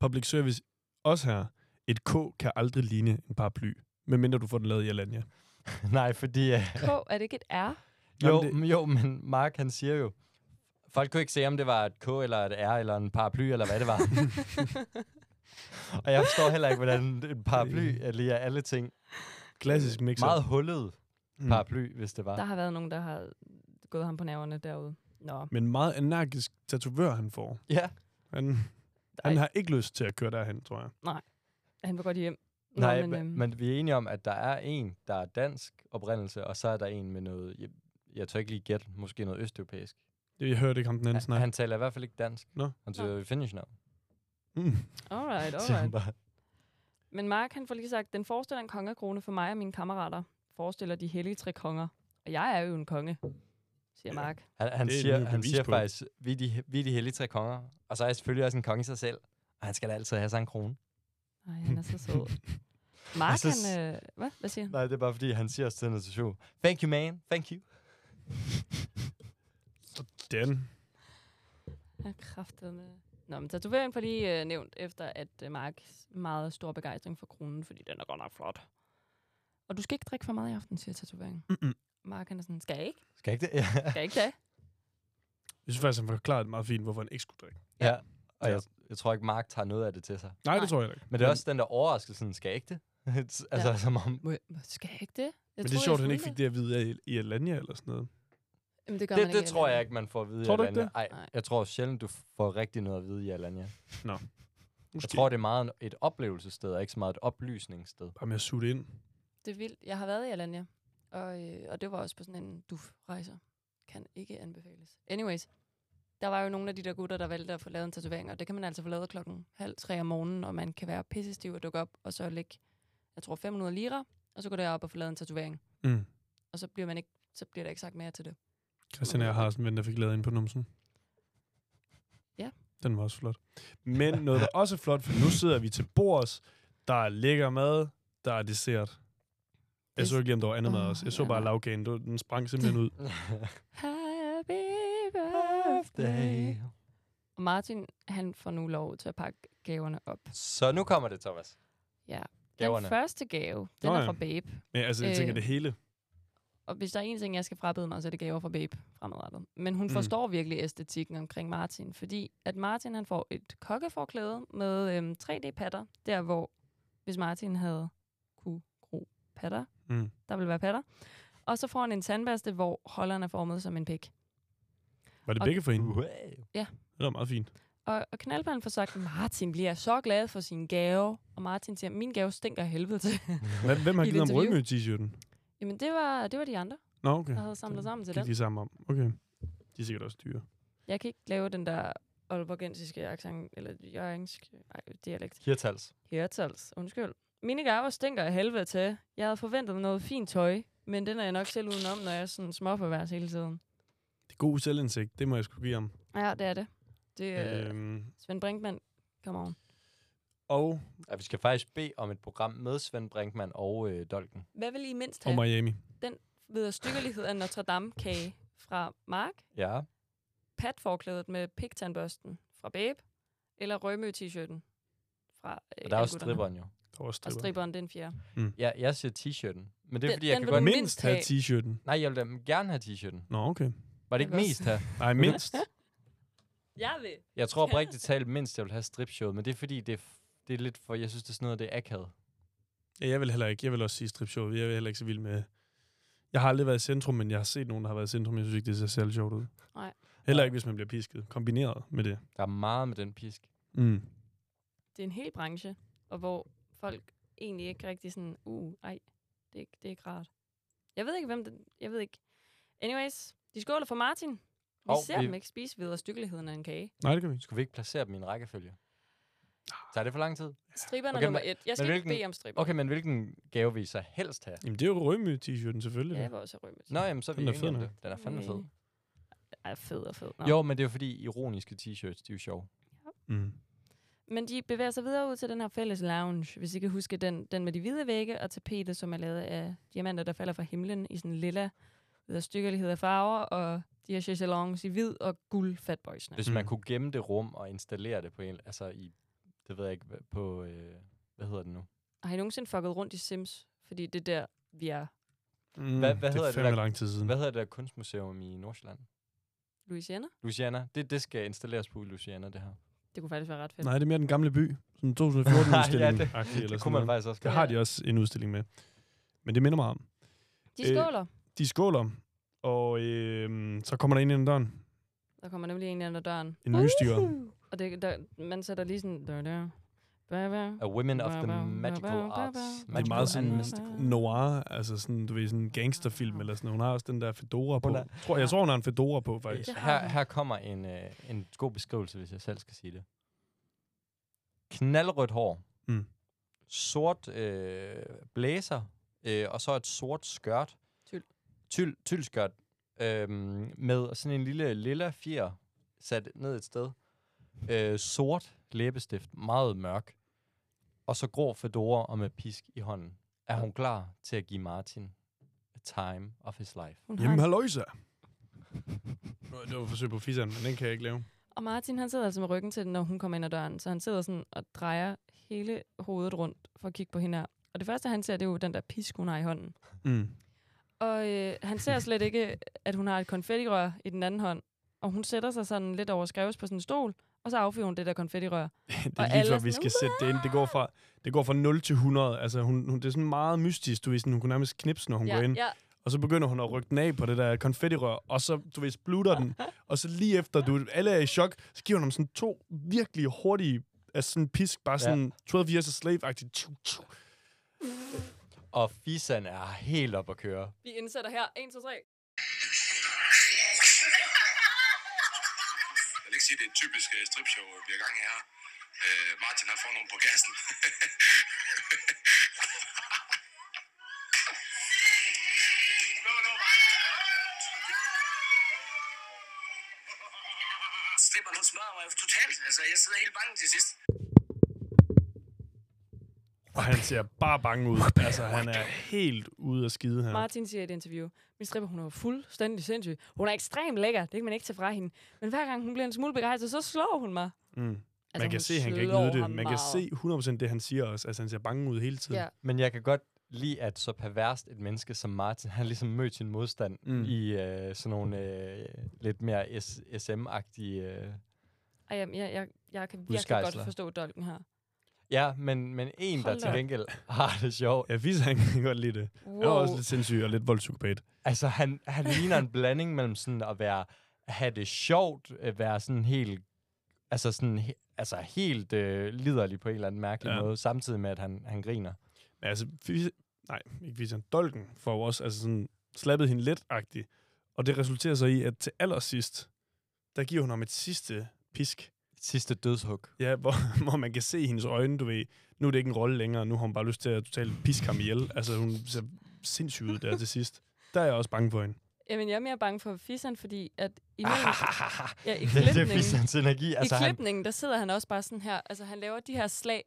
Public service, også her. Et K kan aldrig ligne en paraply, medmindre du får den lavet i Alanya. Nej, fordi... Øh, K, er det ikke et R? jo, Jamen, det- men jo, men Mark han siger jo... Folk kunne ikke se, om det var et K, eller et R, eller en paraply, eller hvad det var. og jeg forstår heller ikke, hvordan en paraply er lige af alle ting. Klassisk mixer. Meget hullet Mm. paraply, hvis det var. Der har været nogen, der har gået ham på nerverne derude. Nå. Men meget anarkisk tatovør, han får. Ja. Han, Ej. han har ikke lyst til at køre derhen, tror jeg. Han vil godt hjem. Nå, Nej, men, øhm, men, men vi er enige om, at der er en, der er dansk oprindelse, og så er der en med noget, jeg, jeg tør ikke lige gætte, måske noget østeuropæisk. Det jeg hørte ikke ham den anden Han, snak. han taler i hvert fald ikke dansk. Nå. Han taler jo finnish nu. Mm. Alright, alright. Men Mark, han får lige sagt, den forestiller en kongekrone for mig og mine kammerater. Forestiller de hellige tre konger. Og jeg er jo en konge, siger Mark. Han, han Det er siger, et han bevis siger på. faktisk, vi er, de, vi er de hellige tre konger, og så er jeg selvfølgelig også en konge i sig selv, og han skal da altid have sig en krone. Nej, han er så sød. Mark, Jeg han... synes- Øh, hvad? hvad siger han? Nej, det er bare fordi, han siger også til noget show. Thank you, man. Thank you. Den. Han kræfter med... Nå, men tatoveringen får lige øh, nævnt, efter at øh, Marks meget stor begejstring for kronen, fordi den er godt nok flot. Og du skal ikke drikke for meget i aften, siger tatoveringen. Mm-mm. Mark, han er sådan, skal jeg ikke? Skal jeg ikke det? Ja. Skal jeg ikke det? Jeg synes faktisk, han forklarede det meget fint, hvorfor han ikke skulle drikke. ja. Og Ja. jeg, jeg tror ikke, Mark tager noget af det til sig. Nej, Nej. Nej. det tror jeg ikke. Men det er også den der overraskelse, sådan, skal jeg ikke det? altså, Ja. som om, Må jeg, må- skal jeg ikke det? Jeg Men det er troede, sjovt, at jeg han ikke skulle fik det at vide af i- i Alanya eller sådan noget. Jamen, det gør man det, ikke det i tror Alanya. jeg ikke, man får at vide Tror i du ikke Alanya. det? Ej, Nej. jeg tror sjældent, du får rigtig noget at vide i Alanya. Måske. Jeg tror, det er meget en- et oplevelsessted, og ikke så meget et oplysningssted. Bare med at suge det ind. Det er vildt. Jeg har været i Alanya, og, øh, og det var også på sådan en duf-rejser. Kan ikke anbefales. Anyways, der var jo nogle af de der gutter, der valgte at få lavet en tatovering, og det kan man altså få lavet klokken halv tre om morgenen, og man kan være pissestiv og dukke op, og så lægge, jeg tror, 500 lira, og så går der op og får lavet en tatovering. Mm. Og så bliver, man ikke, så bliver der ikke sagt mere til det. Christian og jeg har sådan en ven, der fik lavet ind på numsen. Ja. Den var også flot. Men noget, der også er flot, for nu sidder vi til bords. Der er lækker mad, der er dessert. Jeg Det- så ikke, om der var andet mad Åh, også. Jeg så ja, bare nej. lavkagen. Det var- Den sprang simpelthen ud. Happy birthday. Og Martin, han får nu lov til at pakke gaverne op. Så nu kommer det, Thomas. Ja. Gaverne. Den første gave, den Nå er ja. fra Babe. Men altså, jeg tænker, Øh. det hele. Og hvis der er en ting, jeg skal frabede mig, så er det gaver fra Babe fremadrettet. Men hun Mm. mm. forstår virkelig æstetikken omkring Martin, fordi at Martin han får et kokkeforklæde med øhm, 3D-patter, der hvor, hvis Martin havde kunne gro patter, Mm. der vil være patter. Og så får han en tandbørste, hvor holderen er formet som en pik. Var det Og- begge for hende? Wow. Det var meget fint. Og, og knaldmanden får sagt, Martin bliver så glad for sin gave. Og Martin siger, min gave stinker af helvede til. Hvem, hvem har I et givet ham interview. rødmøde-t-shirten? Jamen, det var, det var de andre, Nå, okay. der havde samlet sammen til Gik den. de sammen om. Okay. De er sikkert også dyre. Jeg kan ikke lave den der olborgensiske accent, eller jørgensk ej, dialekt. Hirtals. Hjertals, undskyld. Mine gaver stinker af helvede til. Jeg havde forventet noget fint tøj, men den er jeg nok selv udenom, når jeg er sådan småforværs hele tiden. Det er god selvindsigt, det må jeg sgu give ham. Ja, det er det. Det er øh. Øhm, Svend Brinkmann. Come on. og, Ja, vi skal faktisk bede om et program med Svend Brinkmann og øh, Dolken. Hvad vil I mindst og have? Miami. Ved stykkelighed af Notre Dame-kage fra Mark, Ja. patforklædet med pigtandbørsten fra Babe, eller rømø-t-shirten fra øh, Og der er også Halvgutterne. stripperen jo. Der var også Og stripper. stripperen, det er en fjerde. Ja, jeg siger t-shirten. Men det er, Den- fordi jeg den kan vil godt... du Mindst, mindst have have. t-shirten. Nej, jeg vil da gerne have t-shirten. Nå, okay. Var det Jeg ikke vil mest her? Nej, mindst. Jeg vil. Jeg tror på rigtigt talt mindst, jeg vil have stripshowet, men det er fordi, det er, f- det er lidt for... Jeg synes, det er sådan noget, det er akavet. ja, jeg vil heller ikke. Jeg vil også sige stripshow. Jeg er heller ikke så vild med... Jeg har aldrig været i centrum, men jeg har set nogen, der har været i centrum. Jeg synes ikke, det ser særlig sjovt ud. Nej. Heller ikke, hvis man bliver pisket. Kombineret med det. Der er meget med den pisk. Mm. Det er en hel branche, og hvor folk egentlig ikke rigtig sådan, uh, ej, det er, ikke, det er ikke rart. Jeg ved ikke, hvem det... Jeg ved ikke. Anyways, de skåler for Martin. Vi Hov, oh, ser vi- dem ikke spise videre stykkeligheden af en kage. Nej, det kan vi ikke. Skulle vi ikke placere dem i en rækkefølge? Tager det for lang tid? Striberne Okay, okay, nummer men- et. Jeg skal ikke hvilken- bede om striberne. Okay, men hvilken gave vil I så helst have? Jamen, det er jo rødmø-t-shirten selvfølgelig. Ja, Ja, jeg var også rømme. Nå, jamen, så er vi Den er enige om fed det. Den er fandme fed. Ej, Øh, fed og fed. Nå. Jo, men det er jo fordi, ironiske t-shirts, de er jo sjove. mm. Men de bevæger sig videre ud til den her fælles lounge, hvis I kan huske den, den med de hvide vægge og tapetet, som er lavet af diamanter, der falder fra himlen i sådan lilla stykkelighed af farver, og de her chaiselongs i hvid og guld fatboysene. Hvis man Mm. kunne gemme det rum og installere det på en... Altså i... Det ved jeg ikke. hva- På... Øh, hvad hedder det nu? Har I nogensinde fucket rundt i Sims? Fordi det er der, vi er. Mm. Hvad- hvad hedder det er det fandme der- lang tid siden. Hvad hedder det der kunstmuseum i Nordsjælland? Louisiana? Louisiana. Det, det skal installeres på i Louisiana, det her. Det kunne faktisk være ret fedt. Nej, det er mere den gamle by. Sådan 2014 udstilling. ja, ja, det, eller det sådan kunne man noget. faktisk også Der gøre. har de også en udstilling med. Men det minder mig om. De Øh. skåler. De skåler, og øh, så kommer der en ind ad døren. Der kommer nemlig en ind ad døren. En mystiker. Og det, der, man sætter lige sådan... Der, der. Ba, ba. A Women of Ba, the ba, ba, Magical ba, ba, Arts. ba. Det er meget Magical and sådan mystical. noir, altså sådan, du ved, sådan en gangsterfilm eller sådan. Hun har også den der fedora på. Hun er- Jeg tror, jeg tror, hun har en fedora på, faktisk. Det har Her, hun. her kommer en, øh, en god beskrivelse, hvis jeg selv skal sige det. Knaldrødt hår. Mm. Sort øh, blæser. Øh, og så et sort skørt. Tyl. Tyl, tyl skørt. Øh, med sådan en lille lilla fjer sat ned et sted. Øh, sort læbestift. Meget mørk. Og så grå fedora og med pisk i hånden. Er hun klar til at give Martin a time of his life? Hun har Jamen, en- halløjsa! Nå, Det var et forsøg på fisseren, men den kan jeg ikke lave. Og Martin, han sidder altså med ryggen til den, når hun kommer ind ad døren. Så han sidder sådan og drejer hele hovedet rundt for at kigge på hende her. Og det første, han ser, det er jo den der pisk, hun har i hånden. Mm. Og øh, han ser slet ikke, at hun har et konfettirør i den anden hånd. Og hun sætter sig sådan lidt over skreves på sin stol, og så affyrer hun det der konfettirør. Det Og er lige alle før, er vi sådan, skal sætte det ind. Det går fra, det går fra 0 til 100. Altså, hun, hun, det er sådan meget mystisk. Du ved, sådan, hun kunne nærmest knipse, når hun går ind. ja. Og så begynder hun at rykke den af på det der konfettirør, og så, du ved, splutter den. Og så lige efter, du alle er i chok, så giver hun ham sådan to virkelig hurtige, altså sådan pisk, bare sådan 12 years a slave-agtigt. Tju, tju. Og fisseren er helt op at køre. Vi indsætter her. 1, 2, 3. Jeg vil ikke sige, at det er et typisk øh, stripshow, vi er gang i her. Øh, Martin, han får nogen på gassen. no, no, Martin. Stripper, hun smadrer mig totalt. Altså, jeg sidder helt bange til sidst. Og han ser bare bange ud. Altså, han er helt ude at skide her. Martin siger i et interview, min stripper, hun er jo fuldstændig sindssyg. Hun er ekstremt lækker, det kan man ikke tage fra hende. Men hver gang hun bliver en smule begejstret, så slår hun mig. Mm. Altså, Man hun kan se, han kan ikke slår nyde ham det. Man kan meget. se 100% det, han siger også. Altså, han ser bange ud hele tiden. Ja. Men jeg kan godt lide, at så perverst et menneske som Martin, han ligesom mødte sin modstand Mm. mm. i øh, sådan nogle øh, lidt mere S- SM-agtige... Øh. Ej, jamen, jeg, jeg, jeg kan virkelig Udskejsler. godt forstå dolken her. Ja, men, men en, der Hold til da op. gengæld har det sjovt. Ja, Fis, han kan godt lide det. Wow. Jeg er også lidt sindssyg og lidt voldspsykopat. Altså, han, han ligner en blanding mellem sådan at være, have det sjovt, øh, være sådan helt, altså sådan, he- altså helt øh, liderlig på en eller anden mærkelig Ja. ja. måde, samtidig med, at han, han griner. Men altså, Fis, nej, ikke Fis, han Dolken får jo også altså sådan, slappet hende lidt -agtigt. Og det resulterer så i, at til allersidst, der giver hun ham et sidste pisk. Sidste dødshug. Ja, hvor, hvor man kan se i hendes øjne, du ved, nu er det ikke en rolle længere, nu har hun bare lyst til at totalt piske ham ihjel. Altså, hun ser sindssyg ud der til sidst. Der er jeg også bange for hende. Jamen, jeg er mere bange for fisseren, fordi at i min, ja, i Ah, det, det er klipningen, Fisterens energi. altså, Altså, i han, klipningen, der sidder han også bare sådan her, altså han laver de her slag,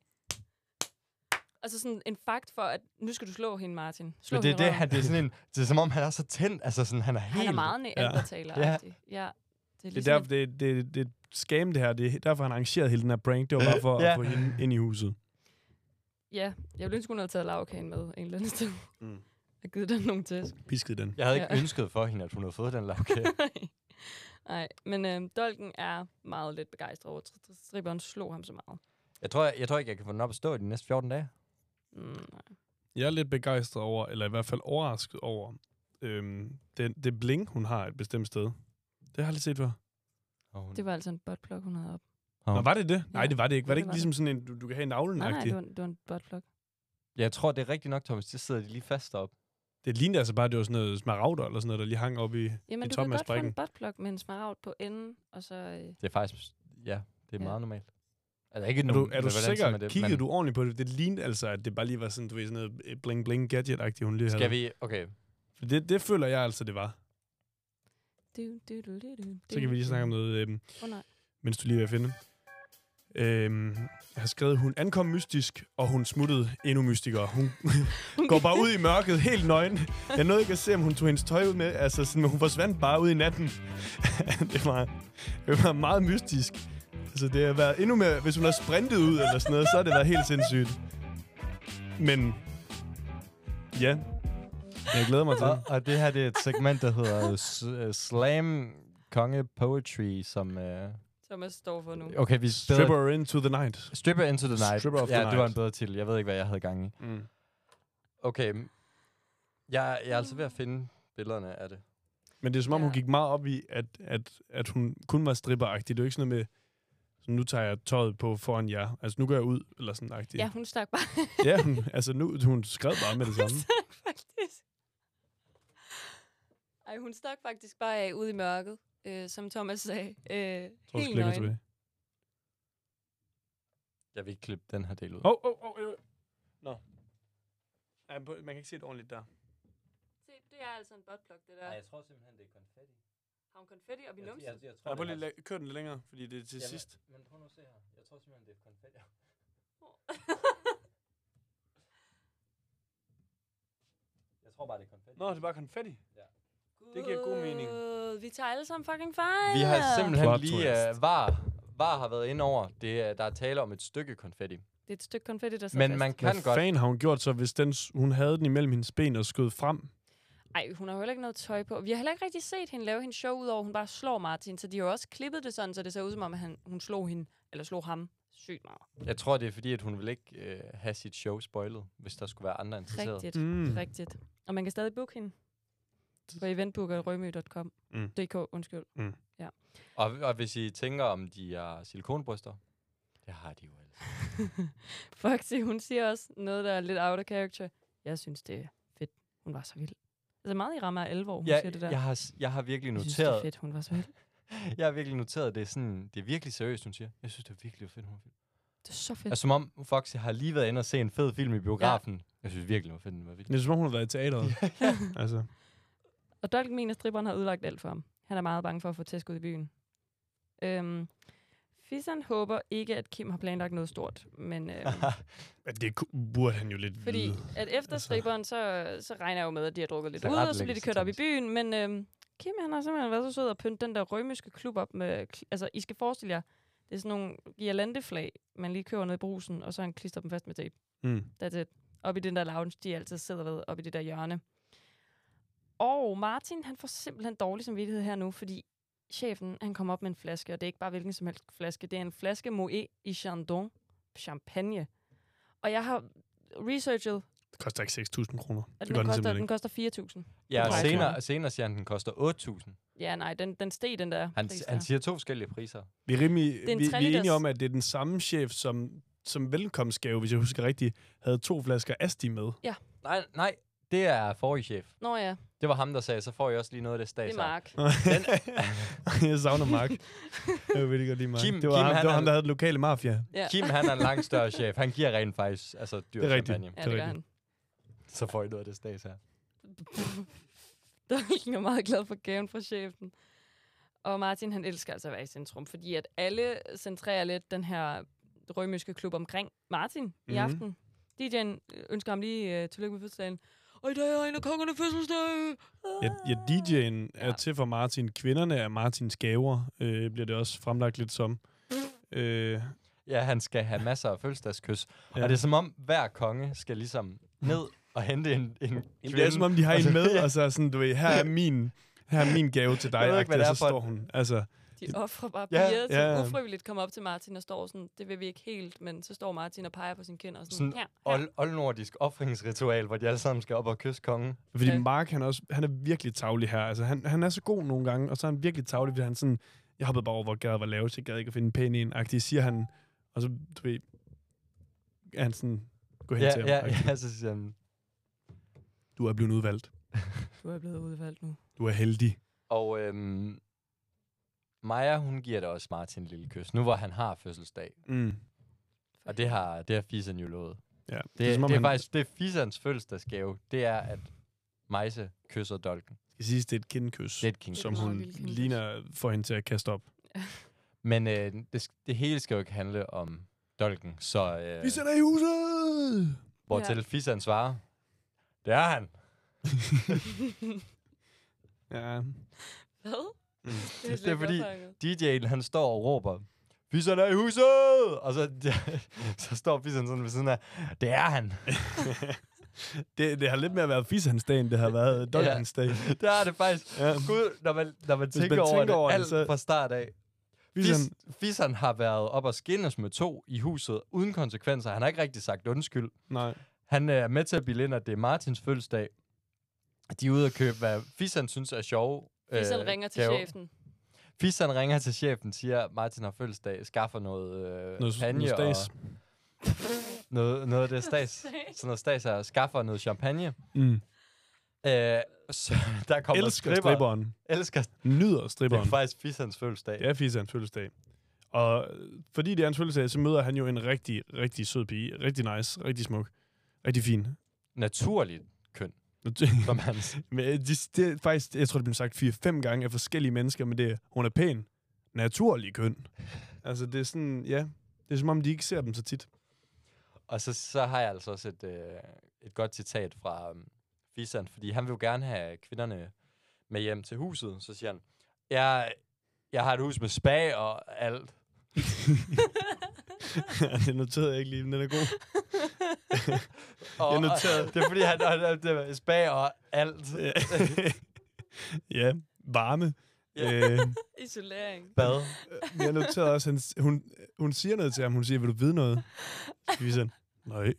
altså sådan en fakt for, at nu skal du slå hende, Martin. Slå men det er hende i det, røven. han, det er sådan en, det er som om, han er så tændt. Altså sådan, han er helt... Han er meget neandertaler ja. ja. Det er Det ligesom er, derfor, det, det, det er et scam, det her. Det er derfor, han arrangerede hele den her prank. Det var bare for ja. Ja. at få hende ind i huset. Ja, jeg ville ønske, hun havde taget lavkagen med en eller anden sted. Mm. Mm. Og givet den nogle tæsk. Piskede den. Jeg havde ikke Ja. ønsket for hende, at hun havde fået den lavkage. Nej, men øh, Dolken er meget lidt begejstret over, at tri- tri- stripperen slog ham så meget. jeg, tror, jeg, jeg tror ikke, jeg kan få den op at stå i de næste 14 dage. Mm, nej. Jeg er lidt begejstret over, eller i hvert fald overrasket over, øhm, den, det bling, hun har et bestemt sted. Det har jeg aldrig set før. Og hun, det var altså en buttplug, hun havde op. og Nå, hun, var det det? Nej, Ja, det var det ikke. Var det det ikke var ligesom sådan en, du, du kan have i navlen Nej, nej, -agtig? det var, en- det var en buttplug. jeg tror, det er rigtigt nok, Thomas. Det sidder de lige fast op. Det lignede altså bare, at det var sådan noget smaragder eller sådan noget, der lige hang op i... Jamen, I du kan toppen af godt få en sprækken. buttplug med en smaragd på enden, og så... Øh, Det er faktisk... Ja, det er Ja. ja. meget normalt. Altså, ikke Er nogen, du, er du hvordan siger man sikker? det? Kiggede Men du ordentligt på det? Det lignede altså, at det bare lige var sådan, du ved, sådan noget eh, bling-bling-gadget-agtigt, hun lige havde. Skal vi... Okay. For det, det føler jeg altså, det var. du, du, du, du, du, Så kan vi lige snakke om noget, øhm, Åh, nej. mens du lige er ved at finde. Øhm, jeg har skrevet, hun ankom mystisk, og hun smuttede endnu mystikere. Hun går bare ud i mørket, helt nøgen. Jeg nåede ikke at se, om hun tog hendes tøj ud med. Altså, sådan, men hun forsvandt bare ud i natten. det, var, det var meget mystisk. Altså, det har været endnu mere... Hvis hun har sprintet ud eller sådan noget, så har det været helt sindssygt. Men... Ja. Jeg glæder mig til det. Og, og det her, det er et segment, der hedder s- øh, Slam Konge Poetry, som... Øh, Thomas står for nu. okay, vi bedre, Stripper into the night. Stripper into the night. Stripper of the ja, det var night. en bedre titel. Jeg ved ikke, hvad jeg havde gang i. Mm. Okay. m- Jeg, jeg er altså ved at finde billederne af det. Men det er som om, ja. hun Ja. gik meget op i, at, at, at hun kun var stripperagtig. Det er jo ikke sådan noget med, sådan, nu tager jeg tøjet på foran jer. Altså, nu går jeg ud, eller sådan agtigt. Ja, hun stak bare. ja hun, altså, nu, hun skrev bare med det Hun samme. stak faktisk. Ej, hun stak faktisk bare af ude i mørket, øh, som Thomas sagde. Øh, Tror, du helt skal lægge nøgen. tilbage. Jeg vil ikke klippe den her del ud. Oh. Åh, åh, åh, åh. Nå. Ja, på- man kan ikke se det ordentligt der. Se, det er altså en buttplug, det der. tror simpelthen, det er konfetti. Har hun konfetti op i numsen? jeg Ja, prøv lige at køre den lidt længere, fordi det er til sidst. Men prøv nu at se her. Jeg tror simpelthen, det er konfetti. Jeg tror bare, det er konfetti. Nå, det er bare konfetti. Det giver god mening. Gud, Vi tager alle sammen fucking fejl. Vi har simpelthen Plot lige... Uh, var, var har været inde over. Det, er- der er tale om et stykke konfetti. Det er et stykke konfetti, der sidder Men man Hvad kan godt... fanden har hun gjort så, hvis den, s- hun havde den imellem hendes ben og skød frem? Ej, hun har jo heller ikke noget tøj på. Vi har heller ikke rigtig set hende lave hendes show, udover at hun bare slår Martin. Så de har jo også klippet det sådan, så det ser ud som om, at han, hun slog hende, eller slog ham sygt meget. Jeg tror, det er fordi, at hun vil ikke øh, have sit show spoilet, hvis der skulle være andre interesserede. Rigtigt. Mm. Rigtigt. Og man kan stadig booke hende på eventbooker.rømø.com. Mm. Mm. DK, undskyld. Og, og hvis I tænker, om de har silikonbryster, det har de jo alle. Foxy, hun siger også noget, der er lidt out of character. Jeg synes, det er fedt. Hun var så vild. Altså meget i rammer af alvor, hun siger det Jeg, der. jeg, har, s- jeg har virkelig jeg synes, det er noteret, fedt, hun var så vild. jeg har virkelig noteret, det er sådan, det er virkelig seriøst, hun siger. Jeg synes, det er virkelig fedt, hun er fedt. Det er så fedt. Altså, som om Foxy har lige været inde og se en fed film i biografen. Ja. Jeg synes virkelig, det var fedt, den var vild. Det er som om, hun har været i teateret. altså. Og Dolken mener, at stripperen har ødelagt alt for ham. Han er meget bange for at få tæsk ud i byen. Øhm, Fisan håber ikke, at Kim har planlagt noget stort, men... Øhm, Men det ku- burde han jo lidt Fordi vide. at efter altså. striberen, så, så regner jeg jo med, at de har drukket lidt Så ud, ret og så bliver de lækkert, kørt op i Thomas. byen. Men øhm, Kim, han har simpelthen været så sød at pynte den der rømiske klub op med... kl- Altså, I skal forestille jer, det er sådan nogle girlandeflag, man lige køber ned i brusen, og så han klister dem fast med tape. Mm. That's it. Op i den der lounge, de altid sidder ved, op i det der hjørne. Og Martin, han får simpelthen dårlig samvittighed her nu, fordi chefen, han kommer op med en flaske, og det er ikke bare hvilken som helst flaske, det er en flaske Moet i Chandon, champagne. Og jeg har researchet, Det koster ikke 6.000 kroner. at Det gør den den koster, simpelthen ikke. den koster 4.000. Ja, og Nej. senere, senere siger han, at den koster 8.000. Ja, nej, den, den steg, den der. Han, pris der. han siger to forskellige priser. Vi er, rimelig, er en vi, vi er treliters. enige om, at det er den samme chef, som, som velkomstgave, hvis jeg husker rigtigt, havde to flasker Asti med. Nej, nej, det er forrige chef. Nå ja, Det var ham, der sagde, så får jeg også lige noget af det det stats. er Mark. jeg savner Mark. Jeg ved ikke, det er Mark. Kim- det var, Kim, ham, han det var er- ham, der havde den lokale mafia. Ja, Kim, han er en langt større chef. Han giver rent faktisk altså, dyr Det er rigtigt. champagne. ja det det er gør rigtigt. han. Så får I noget af det stats her. Dolken er meget glad for gaven fra chefen. Og Martin, han elsker altså at være i centrum, fordi at alle centrerer lidt den her rømyske klub omkring Martin mm-hmm. i Mhm. aften. DJ'en ønsker ham lige øh, tillykke med fødselsdagen. Og i dag er en af kongerne fødselsdag! Ja, ja DJ'en er Ah. Ja. til for Martin. Kvinderne er Martins gaver, øh, bliver det også fremlagt lidt som. Øh, Ja, han skal have masser af fødselsdagskys. Ja. Ja. Og det er som om, hver konge skal ligesom ned og hente en, en kvinde. det er som om, de har Altså, en med, ja. og så er sådan, du ved, her er min, her er min gave til dig, Jeg ved ikke, agtigt, hvad det og er så for står et- hun. Altså, De offrer bare Ja, ja, piger, som ja. ufrivilligt kommer op til Martin og står sådan, det vil vi ikke helt, men så står Martin og peger på sin kind og sådan, Sådan her, her. old, oldnordisk offringsritual, hvor de alle sammen skal op og kysse kongen. fordi Ja. Mark, han er, også, han er virkelig tavlig her. Altså, han, han er så god nogle gange, og så er han virkelig tavlig, fordi han sådan, jeg hoppede bare over, hvor gaden var lavet, så jeg gad ikke at finde en pæn en, agtig, siger han. Og så, du ved, er han sådan, gå hen Ja, til ham. ja, agtigt. ja, så siger han. Du er blevet udvalgt. Du er blevet udvalgt nu. Du er heldig. Og øhm, Maja, hun giver da også Martin en lille kys, nu hvor han har fødselsdag. Mm. Og det har, det har Fisen jo lovet. Ja. Det, det er, som om det er han- faktisk det er Fisans fødselsdagsgave. Det er, at Majse kysser dolken. skal siges, det er et kindkys, Det er et king. som et meget hun lille kindkys. ligner for hende til at kaste op. Men øh, det, sk- det hele skal jo ikke handle om dolken, så... Øh, Vi sætter i huset! Hvor til ja. Fisan svarer, det er han. Ja. Hvad? Mm. er, Det er fordi- fordi... DJ'en, han står og råber, Fisan er i huset! Og så, så står Fisan sådan ved siden af, det er han. det, det har lidt mere været fishansdagen, det har været dolkhansdag. Ja. Det er det faktisk. Ja. Ja. Gud, når man, når man man tænker, over, tænker det, over det, alt så- fra start af. Fisan, Fis- Fisan har været op og skinnes med to i huset, uden konsekvenser. Han har ikke rigtig sagt undskyld. nej. Han øh, er med til at bilde ind, at det er Martins fødselsdag. De er ude at købe, hvad Fisan synes er sjove. Fisan øh, ringer til gaver. chefen. Fisan ringer til chefen, siger, Martin har fødselsdag, skaffer noget, øh, Noget, panje noget stads. og noget, noget af det stas. Sådan stads. noget stas her, skaffer noget champagne. Mm. Øh, så der kommer Elsker stripperen. Elsker Nyder Det er stripperen. faktisk Fisans fødselsdag. Det er Fisans fødselsdag. Og øh, fordi det er hans fødselsdag, så møder han jo en rigtig, rigtig sød pige. Rigtig nice, rigtig smuk, rigtig fin. Naturligt, som han Men øh, de, det er faktisk, jeg tror, det blev sagt 4-5 gange af forskellige mennesker, men det er, hun er pæn, naturlig køn. Altså, det er sådan, ja, det er som om, de ikke ser dem så tit. Og så, så har jeg altså også et, øh, et godt citat fra um, Fisan, fordi han vil jo gerne have kvinderne med hjem til huset. Så siger han, jeg, jeg har et hus med spa og alt. det noterede jeg ikke lige, men den er god. Og, Jeg noterede. Og, det er fordi, han han- han- det er spa og alt. Ja. ja, varme. Ja. Ja. Øh, Isolering. Bad. men øh, jeg noterede også, hans, hun, hun siger noget til ham. Hun siger, vil du vide noget? Så siger vi sådan, nej.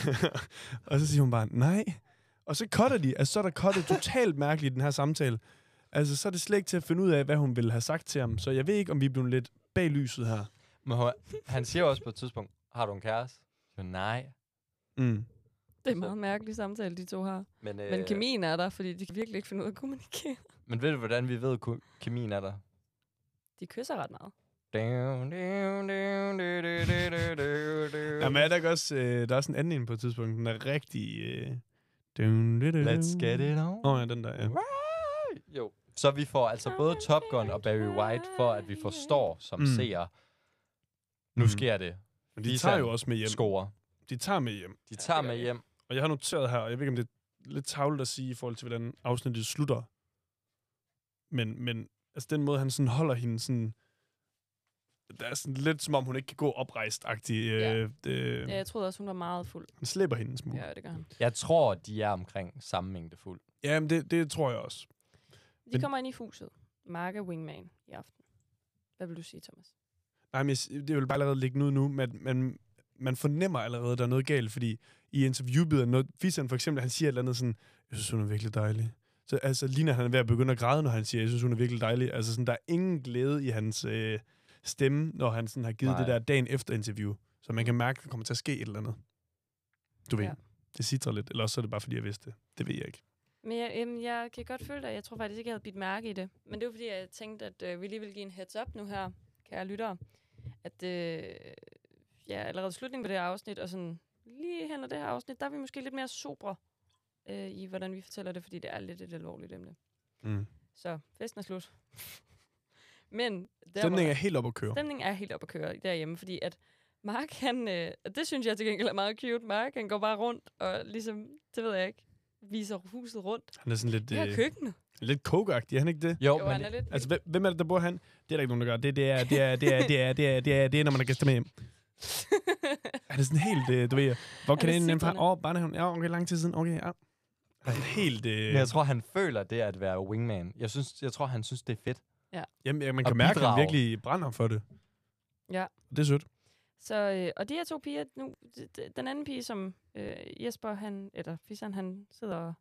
og så siger hun bare, nej. Og så cutter de. Altså, så er der cuttet totalt mærkeligt i den her samtale. Altså, så er det slet ikke til at finde ud af, hvad hun ville have sagt til ham. Så jeg ved ikke, om vi er blevet lidt bag lyset her. Men hun- han siger jo også på et tidspunkt, har du en kæreste? Så nej. Mm. Det er en meget mærkelig samtale, de to har. Men, Øh. Men kemien er der, fordi de kan virkelig ikke finde ud af at kommunikere. men ved du, hvordan vi ved, at ku- kemien er der? De kysser ret meget. Jamen, er der ikke også... Øh, der er også en anden en på et tidspunkt. Den er rigtig... Øh, Let's Let's get it on. Nå ja, den der, ja. Jo. Så vi får altså både Top Gun og Barry White, for at vi forstår som mm. Mm. seere, nu Mm. sker det. Men de Lige tager sådan. jo også med hjem. Score. De tager med hjem. De tager med hjem. Og jeg har noteret her, og jeg ved ikke, om det er lidt tavlet at sige i forhold til, hvordan afsnittet slutter. Men, men altså den måde, han sådan holder hende sådan... Der er sådan lidt, som om hun ikke kan gå oprejst-agtig. Øh, øh, Ja, jeg troede også, hun var meget fuld. Han slæber hende en smule. Ja, Ja, det gør han. Jeg tror, de er omkring samme mængde fuld. Jamen, det, det tror jeg også. De Men- kommer ind i huset. Mark er wingman i aften. Hvad vil du sige, Thomas? Nej, men jeg, s- det vil bare allerede ligge ud nu, men, men man fornemmer allerede, der er noget galt, fordi i interviewbiderne, når Fisan for eksempel, han siger et eller andet sådan, jeg synes, hun er virkelig dejlig. Så altså, ligner han er ved at begynde at græde, når han siger, jeg synes, hun er virkelig dejlig. Altså, sådan, der er ingen glæde i hans øh, stemme, når han sådan, har givet Nej. Nej. det der dagen efter interview. Så man kan mærke, at der kommer til at ske et eller andet. Du ved, ja. Ja. det sidder lidt. Eller også er det bare, fordi jeg vidste det. Det ved jeg ikke. Men jeg, øhm, jeg kan godt føle dig. Jeg tror faktisk ikke, jeg havde bidt mærke i det. Men det var fordi, jeg tænkte, at øh, vi lige ville give en heads up nu her, kære lyttere. At øh, ja, allerede slutningen på det her afsnit, og sådan lige hen ad det her afsnit, der er vi måske lidt mere sobre øh, i, hvordan vi fortæller det, fordi det er lidt et alvorligt emne. Mm. Så festen er slut. Men der, Stemningen hvor- er helt op at køre. Stemningen er helt op at køre derhjemme, fordi at Mark, han, øh, og det synes jeg til gengæld er meget cute. Mark, han går bare rundt og ligesom, det ved jeg ikke, viser huset rundt. Han er sådan lidt, Det her øh, køkkenet. lidt kogagtig, er han ikke det? Jo, Jo, men han er lidt... Altså, hvem, hvem er det, der bor han? Det er der ikke nogen, der gør. Det, det er, det er, det er, det er, det er, det er, det er, når man er gæster med hjem. Er det sådan helt, øh, du ved, hvor kan det det ende fra? sitrende? Åh, oh, barnehaven. Ja, okay, lang tid siden. Okay, ja. Er sådan helt... Øh, Men jeg tror, han føler det at være wingman. Jeg, synes, jeg tror, han synes, det er fedt. jamen, ja, man at kan mærke, at han bidrage. virkelig brænder for det. Ja. Det er sødt. så, øh, og de her to piger, nu, d- d- den anden pige, som øh, Jesper, han, eller Fisan, han sidder og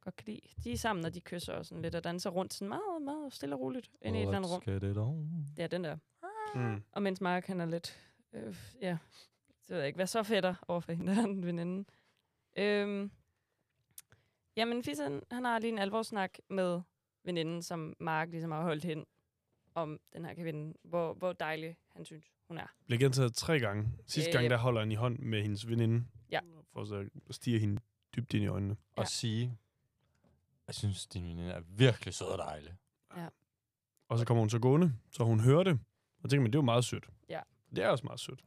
godt kan lide, de er sammen, og de kysser og sådan lidt og danser rundt sådan meget, meget stille og roligt ind i et eller andet rum. Let's get it on. Det er den der. Mm. Og mens Mark, han er lidt, øh, ja, det ved jeg ikke, hvad så fætter over for hende, der er en veninde. Øhm, jamen, Fissen, han har lige en alvorsnak med veninden, som Mark ligesom har holdt hen om den her kvinde, hvor, hvor dejlig han synes, hun er. Blev gentaget tre gange. Sidste Ja, gang, ja. der holder han i hånd med hendes veninde. Ja. For så at stige hende dybt ind i øjnene. Og Ja. sige, jeg synes, din veninde er virkelig sød og dejlig. Og så kommer hun så gående, så hun hører det. Og tænker man, det er jo meget sødt. Ja. Det er også meget sødt.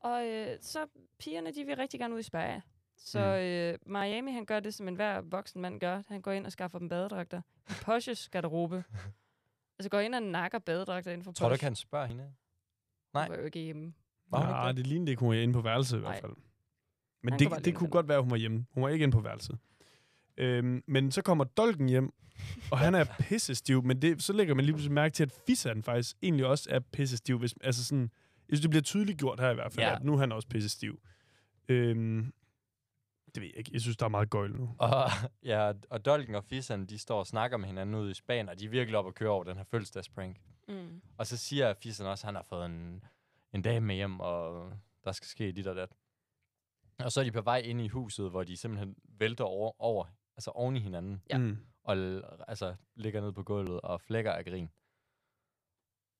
Og øh, så pigerne, de vil rigtig gerne ud i Sverige. Mm. Så øh, Miami, han gør det, som enhver voksen mand gør. Han går ind og skaffer dem badedragter. I Poshes garderobe. altså går ind og nakker badedragter inden for Tror du Posh. ikke, han spørger hende? Nej. Nej. Hun var jo ikke hjemme. Var hun Nej, ikke det lignede ikke, hun var inde på værelset i hvert Nej. fald. Men Han det, kunne bare det ligge kunne dernede. godt være, at hun var hjemme. Hun var ikke inde på værelset. Øhm, men så kommer Dolken hjem, og han er pissestiv, men det, så lægger man lige pludselig mærke til, at Fisan faktisk egentlig også er pissestiv. Hvis, altså sådan, jeg synes, det bliver tydeligt gjort her i hvert fald, ja. Ja. at nu er han også pissestiv. Øhm, det ved jeg ikke. Jeg synes, der er meget gøjl nu. Og, ja, og Dolken og Fisan, de står og snakker med hinanden ude i Spanien, og de er virkelig op at køre over den her fødselsdagsprank. Mm. Og så siger Fisan også, at han har fået en, en dag med hjem, og der skal ske dit og dat. Og så er de på vej ind i huset, hvor de simpelthen vælter over, over altså oven i hinanden, Ja. Mm. og l- altså ligger ned på gulvet og flækker af grin.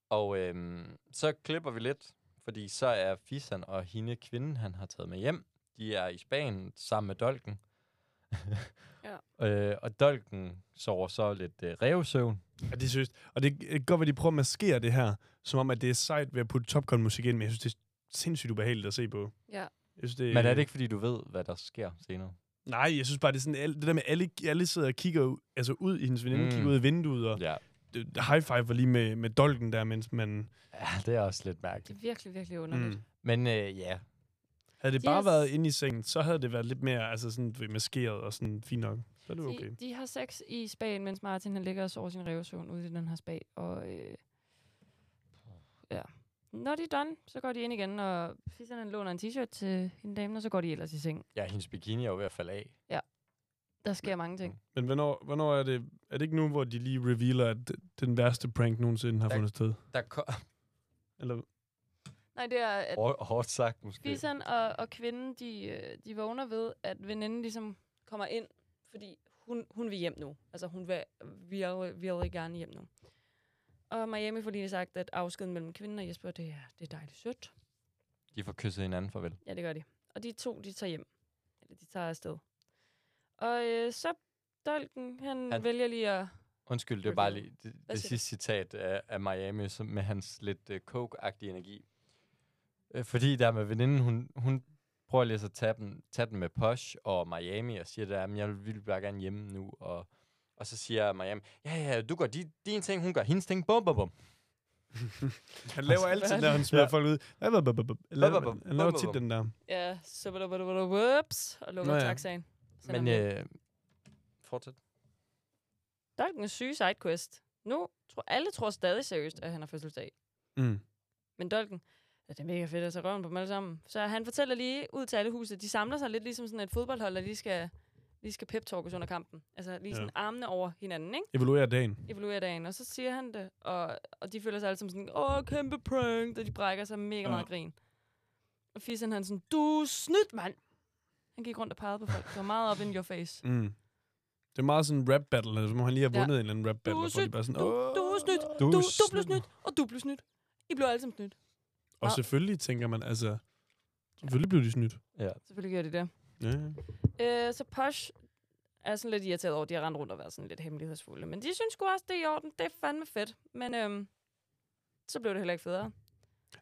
Og øhm, så klipper vi lidt, fordi så er Fisan og hende kvinden, han har taget med hjem, de er i Spanien sammen med Dolken. ja. øh, og Dolken sover så lidt øh, revsøvn. Ja, det synes Og det er godt, at de prøver at maskere det her, som om, at det er sejt ved at putte Top Gun-musik ind, men jeg synes, det er sindssygt ubehageligt at se på. Ja. Jeg synes, det, Men er det ikke, fordi du ved, hvad der sker senere? Nej, jeg synes bare, det er sådan, al- det der med, alle, alle sidder og kigger ud, altså ud i hendes veninde, mm. Mm. kigger ud af vinduet, og Ja. det- high five var lige med, med dolken der, mens man... ja, det er også lidt Det mærkeligt. er virkelig, virkelig underligt. Mm. Mm. Men øh, ja, Havde det De bare har s- været inde i sengen, så havde det været lidt mere altså sådan, du ved, maskeret og sådan fint nok. Så er det okay. De, de har sex i spagen, mens Martin han ligger og sover sin revsøvn ude i den her spag. Og øh, ja. Når de er done, så går de ind igen, og Fisan han låner en t-shirt til hende damen, og så går de ellers i seng. ja, hendes bikini er jo ved at falde af. Der sker mange ting. Men hvornår, hvornår er det... Er det ikke nu, hvor de lige revealer, at d- den værste prank nogensinde har Der- fundet sted? Der kom, Eller, Nej, det er, at hår, hårdt sagt måske. Fisan og, og kvinden, de, øh, de vågner ved, at veninden ligesom kommer ind, fordi hun, hun vil hjem nu. Altså, hun vil virkelig, virkelig gerne hjem nu. Og Miami får lige sagt, at afskeden mellem kvinden og Jesper, det er, det er dejligt sødt. De får kysset hinanden farvel. Ja, det gør de. Og de to, de tager hjem. Eller de tager afsted. Og øh, så Dolken, han, han Han- vælger lige at... Undskyld, det var Reveal. bare lige det, Hvad det siger du? sidste citat af, af Miami som med hans lidt øh, coke-agtige energi. Øh, fordi der med veninden, hun, hun prøver lige så at tage den, tage den med Posh og Miami og siger, at jeg vil virkelig bare gerne hjemme nu. Og, og så siger Miami, ja, ja, du gør di, din ting, hun gør hendes ting, bum, bum, bum. han laver altid, når han smider Ja. folk ud. Han laver- Han laver tit den der. Ja, så whoops, og lukker Nå Nå, ja. ja. taxaen. Sender Men ham hjem. øh, fortsæt. Dolkens syge sidequest. Nu tror alle tror stadig seriøst, at han har fødselsdag. Mm. Men Dolken, Ja, det er mega fedt at tage røven på dem alle sammen. Så han fortæller lige ud til alle huset, de samler sig lidt ligesom sådan et fodboldhold, der lige skal, lige skal pep-talkes under kampen. Altså lige sådan armene over hinanden, ikke? Evaluere dagen. Evaluerer dagen, og så siger han det. Og, og de føler sig alle som sådan, åh, kæmpe prank, og de brækker sig mega Ja. meget grin. Og Fissen han er sådan, du er snydt, mand! Han gik rundt og pegede på folk. Det var meget op in your face. Mm. Det er meget sådan en rap battle, altså, hvor han lige har Ja. vundet en eller anden rap battle. Du er og folk er snydt, bare sådan, du, "Åh." du er snydt, Du, du, du blev snydt, og du blev snydt. I blev alle sammen snydt. Og selvfølgelig tænker man, altså, selvfølgelig blev de snydt. Selvfølgelig gjorde de det. Ja, ja. Øh, så Posh er sådan lidt irriteret over, at de har rendt rundt og været sådan lidt hemmelighedsfulde. Men de synes sgu også, det er i orden. Det er fandme fedt. Men øhm, så blev det heller ikke federe.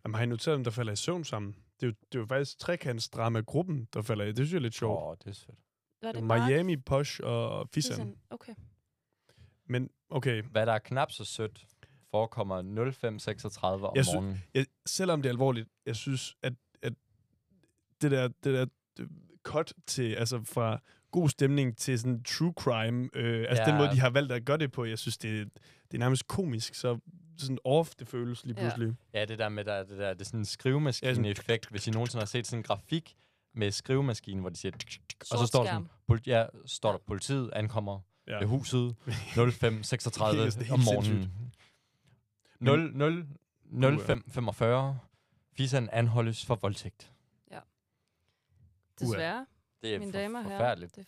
Jamen, har I noteret dem, der falder i søvn sammen? Det er jo, det er jo faktisk trekantsdrama-gruppen, der falder i. Det synes jeg er lidt sjovt. Åh, oh, det er sødt. Var Oh, Mark? Miami, Posh og Fisan. Fisan. Okay. Men okay, Hvad der er knap så sødt, forekommer 0536 om Jeg sy- morgenen. jeg, selvom det er alvorligt, jeg synes, at, at det der, det der øh, cut til, altså fra god stemning til sådan true crime, øh, altså Ja. den måde, de har valgt at gøre det på, jeg synes, det, det er nærmest komisk, så sådan off det føles lige Ja. pludselig. Ja, det der med, der, det der det er sådan en skrivemaskine-effekt. Hvis I nogensinde har set sådan en grafik med skrivemaskinen, hvor de siger... tuk, tuk, Og så Sort står der, skærm. sådan, pol- ja, står der, politiet ankommer Ja. ved huset 0536 Helt- helt om morgenen. 0, 0, Men- 05, 45. Fisan anholdes for voldtægt. Desværre, Det er mine for, damer og herrer. forfærdeligt. Det er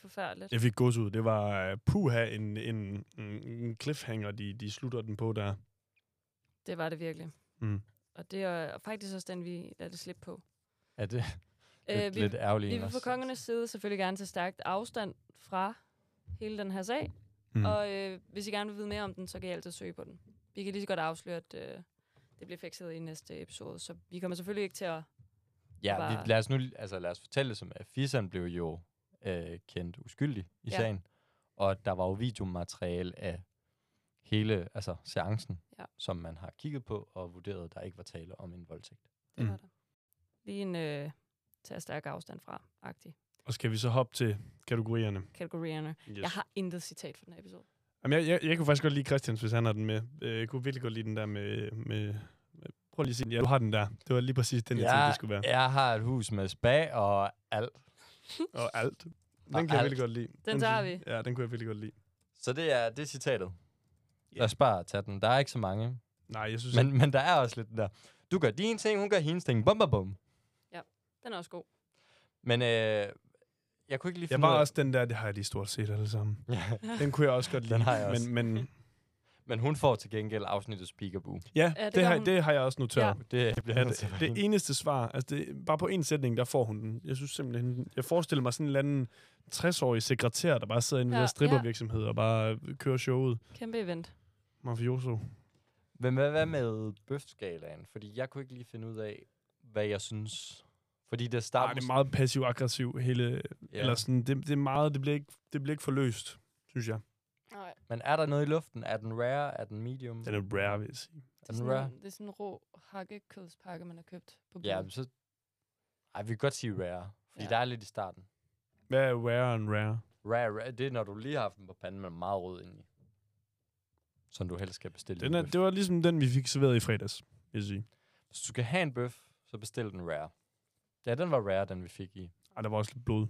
forfærdeligt. Jeg fik gods ud. Det var øh, puha, en, en, en- en cliffhanger, de, de slutter den på der. Det var det virkelig. Mm. Og det er faktisk også den, vi lader det slippe på. Ja, det er lidt, Øh, vi, lidt ærgerligt. vi egentlig vil fra også. kongernes side selvfølgelig gerne tage stærkt afstand fra hele den her sag. Mm. Og øh, hvis I gerne vil vide mere om den, så kan I altid søge på den. Vi kan lige så godt afsløre, at øh, det bliver fikset i næste episode. Så vi kommer selvfølgelig ikke til at... Ja, var- vi, lad os nu altså, lad os fortælle det som, at Fisan blev jo øh, kendt uskyldig i Ja. ja. sagen, og der var jo videomateriale af hele altså, seancen, Ja. ja. som man har kigget på og vurderet, at der ikke var tale om en voldtægt. Det Mm. var der. Lige en øh, tage stærk afstand fra agtig Og skal vi så hoppe til kategorierne? kategorierne. Yes. Jeg har intet citat fra den her episode. Jamen, jeg, jeg, jeg kunne faktisk godt lide Christians, hvis han har den med. Øh, Jeg kunne virkelig godt lide den der med... med med- Prøv lige at sige den. Ja, du har den der. Det var lige præcis den, jeg tænkte, det skulle være. jeg har et hus med spa og alt. Og alt. Den Og kan jeg alt. virkelig godt lide. Den tager synes- Ja, den kunne jeg virkelig godt lide. Så det er, det er citatet. Lad os bare tage den. Der er ikke så mange. Nej, jeg synes... Men, men der er også lidt den der, du gør din ting, hun gør hendes ting, bum bum bum. Den er også god. Men øh, jeg kunne ikke lige jeg finde ud var af- også den der, det har jeg lige stort set alle sammen. Ja. Den kunne jeg også godt lide. Den har jeg også. Men, men Men hun får til gengæld afsnittet Speakerboo. ja, Ja, det, det gør det, har, hun. det har jeg også noteret. Ja. Ja. Det bliver Ja, jeg nødt til det, at- det eneste svar, altså det, bare på en sætning, der får hun den. Jeg synes simpelthen, jeg forestiller mig sådan en eller anden 60-årig sekretær, der bare sidder inde i ja, Ja, der ja. strippervirksomhed og bare øh, kører showet. Kæmpe event. Mafioso. Men hvad, hvad med bøfskalaen? Fordi jeg kunne ikke lige finde ud af, hvad jeg synes. Fordi det starter... Nej, det er meget passiv-aggressiv hele... Ja. Eller sådan, det, det er meget, det bliver, ikke, det bliver ikke forløst, synes jeg. Nej, Men er der noget i luften? Er den rare? Er den medium? Den er rare, vil jeg sige. det er er den sådan rare? en, det er sådan en rå hakkekødspakke, man har købt på Ja, Boozt. men så... Ej, vi kan godt sige rare. Ja. Fordi ja. der er lidt i starten. Hvad er rare and rare? Rare, rare, det er, når du lige har haft den på panden, men er meget rød indeni. Som du helst skal bestille Den i er, en bøf. det var ligesom den, vi fik serveret i fredags, vil jeg sige. Hvis du skal have en bøf, så bestil den rare. Ja, den var rare, den vi fik i. Ej, der var også lidt blod.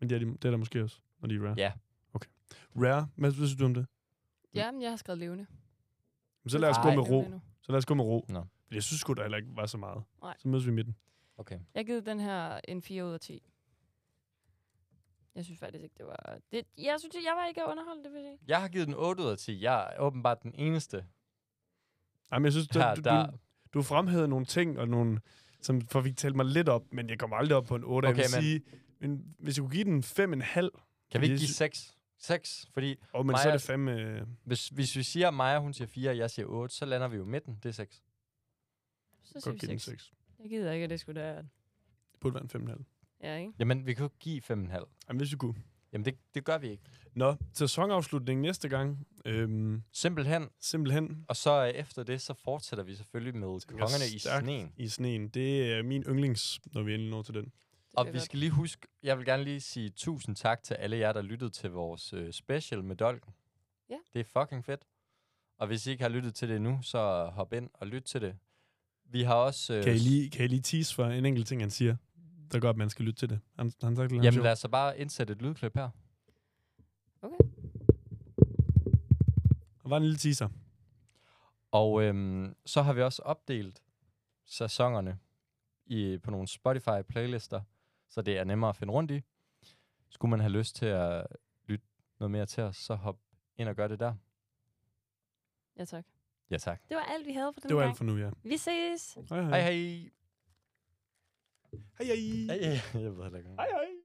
Men det er, de- det er der måske også, når de er rare. Ja. Okay. Rare, hvad synes du om det? Ja, men jeg har skrevet levende. Men så lad os gå Ej. med ro. Levende nu. Så lad os gå med ro. Nå. Men Jeg synes sgu da heller ikke var så meget. Nej. Så mødes vi i midten. Okay. Jeg har givet den her en 4 ud af 10. Jeg synes faktisk ikke, det var... Det, jeg synes, jeg var ikke underholdt, det vil jeg sige. Jeg har givet den 8 ud af 10. Jeg er åbenbart den eneste Ej, men jeg synes, du, her, du, der... du, du fremhævede nogle ting, og nogle, som for vi talte mig lidt op, men jeg kommer aldrig op på en 8. Okay, Okay, jeg vil men- sige, men hvis jeg kunne give den 5,5, Kan vi ikke Jeg give sy- 6? 6, fordi og men Maja- så er det fandme... øh, hvis, hvis vi siger, at Maja hun siger 4, og jeg siger 8, så lander vi jo i midten. Det er 6. Så siger Godt give vi den 6. 6. Jeg gider ikke, at det skulle da... Det burde være en 5,5. Ja, ikke? Jamen, vi kan jo ikke give 5,5. Jamen, hvis vi kunne. Jamen, det, det gør vi ikke. Nå, sæsonafslutning næste gang. Øhm, Simpelthen. simpelthen Og så øh, efter det, så fortsætter vi selvfølgelig med Tænker Kongerne i stærkt. sneen. i sneen. Det er min yndlings, når vi endelig når til den. Det Og bliver vi godt. skal lige huske, jeg vil gerne lige sige tusind tak til alle jer, der lyttede til vores øh, special med Dolken. Ja. Det er fucking fedt. Og hvis I ikke har lyttet til det nu, så hop ind og lyt til det. Vi har også... Øh, Kan I, lige, kan I lige tease for en enkelt ting, han siger, der gør, at man skal lytte til det? Han, han sagt, Jamen lad os så bare indsætte et lydklip her. Der var en lille teaser. Og øhm, så har vi også opdelt sæsonerne i, på nogle Spotify-playlister, så det er nemmere at finde rundt i. Skulle man have lyst til at lytte noget mere til os, så hop ind og gør det der. Ja, tak. Ja tak. Det var alt, vi havde for den Det var gang. alt for nu, ja. Vi ses! Hej hej. Hej hej. hej, hej. hej. Jeg ved heller ikke. hej, hej.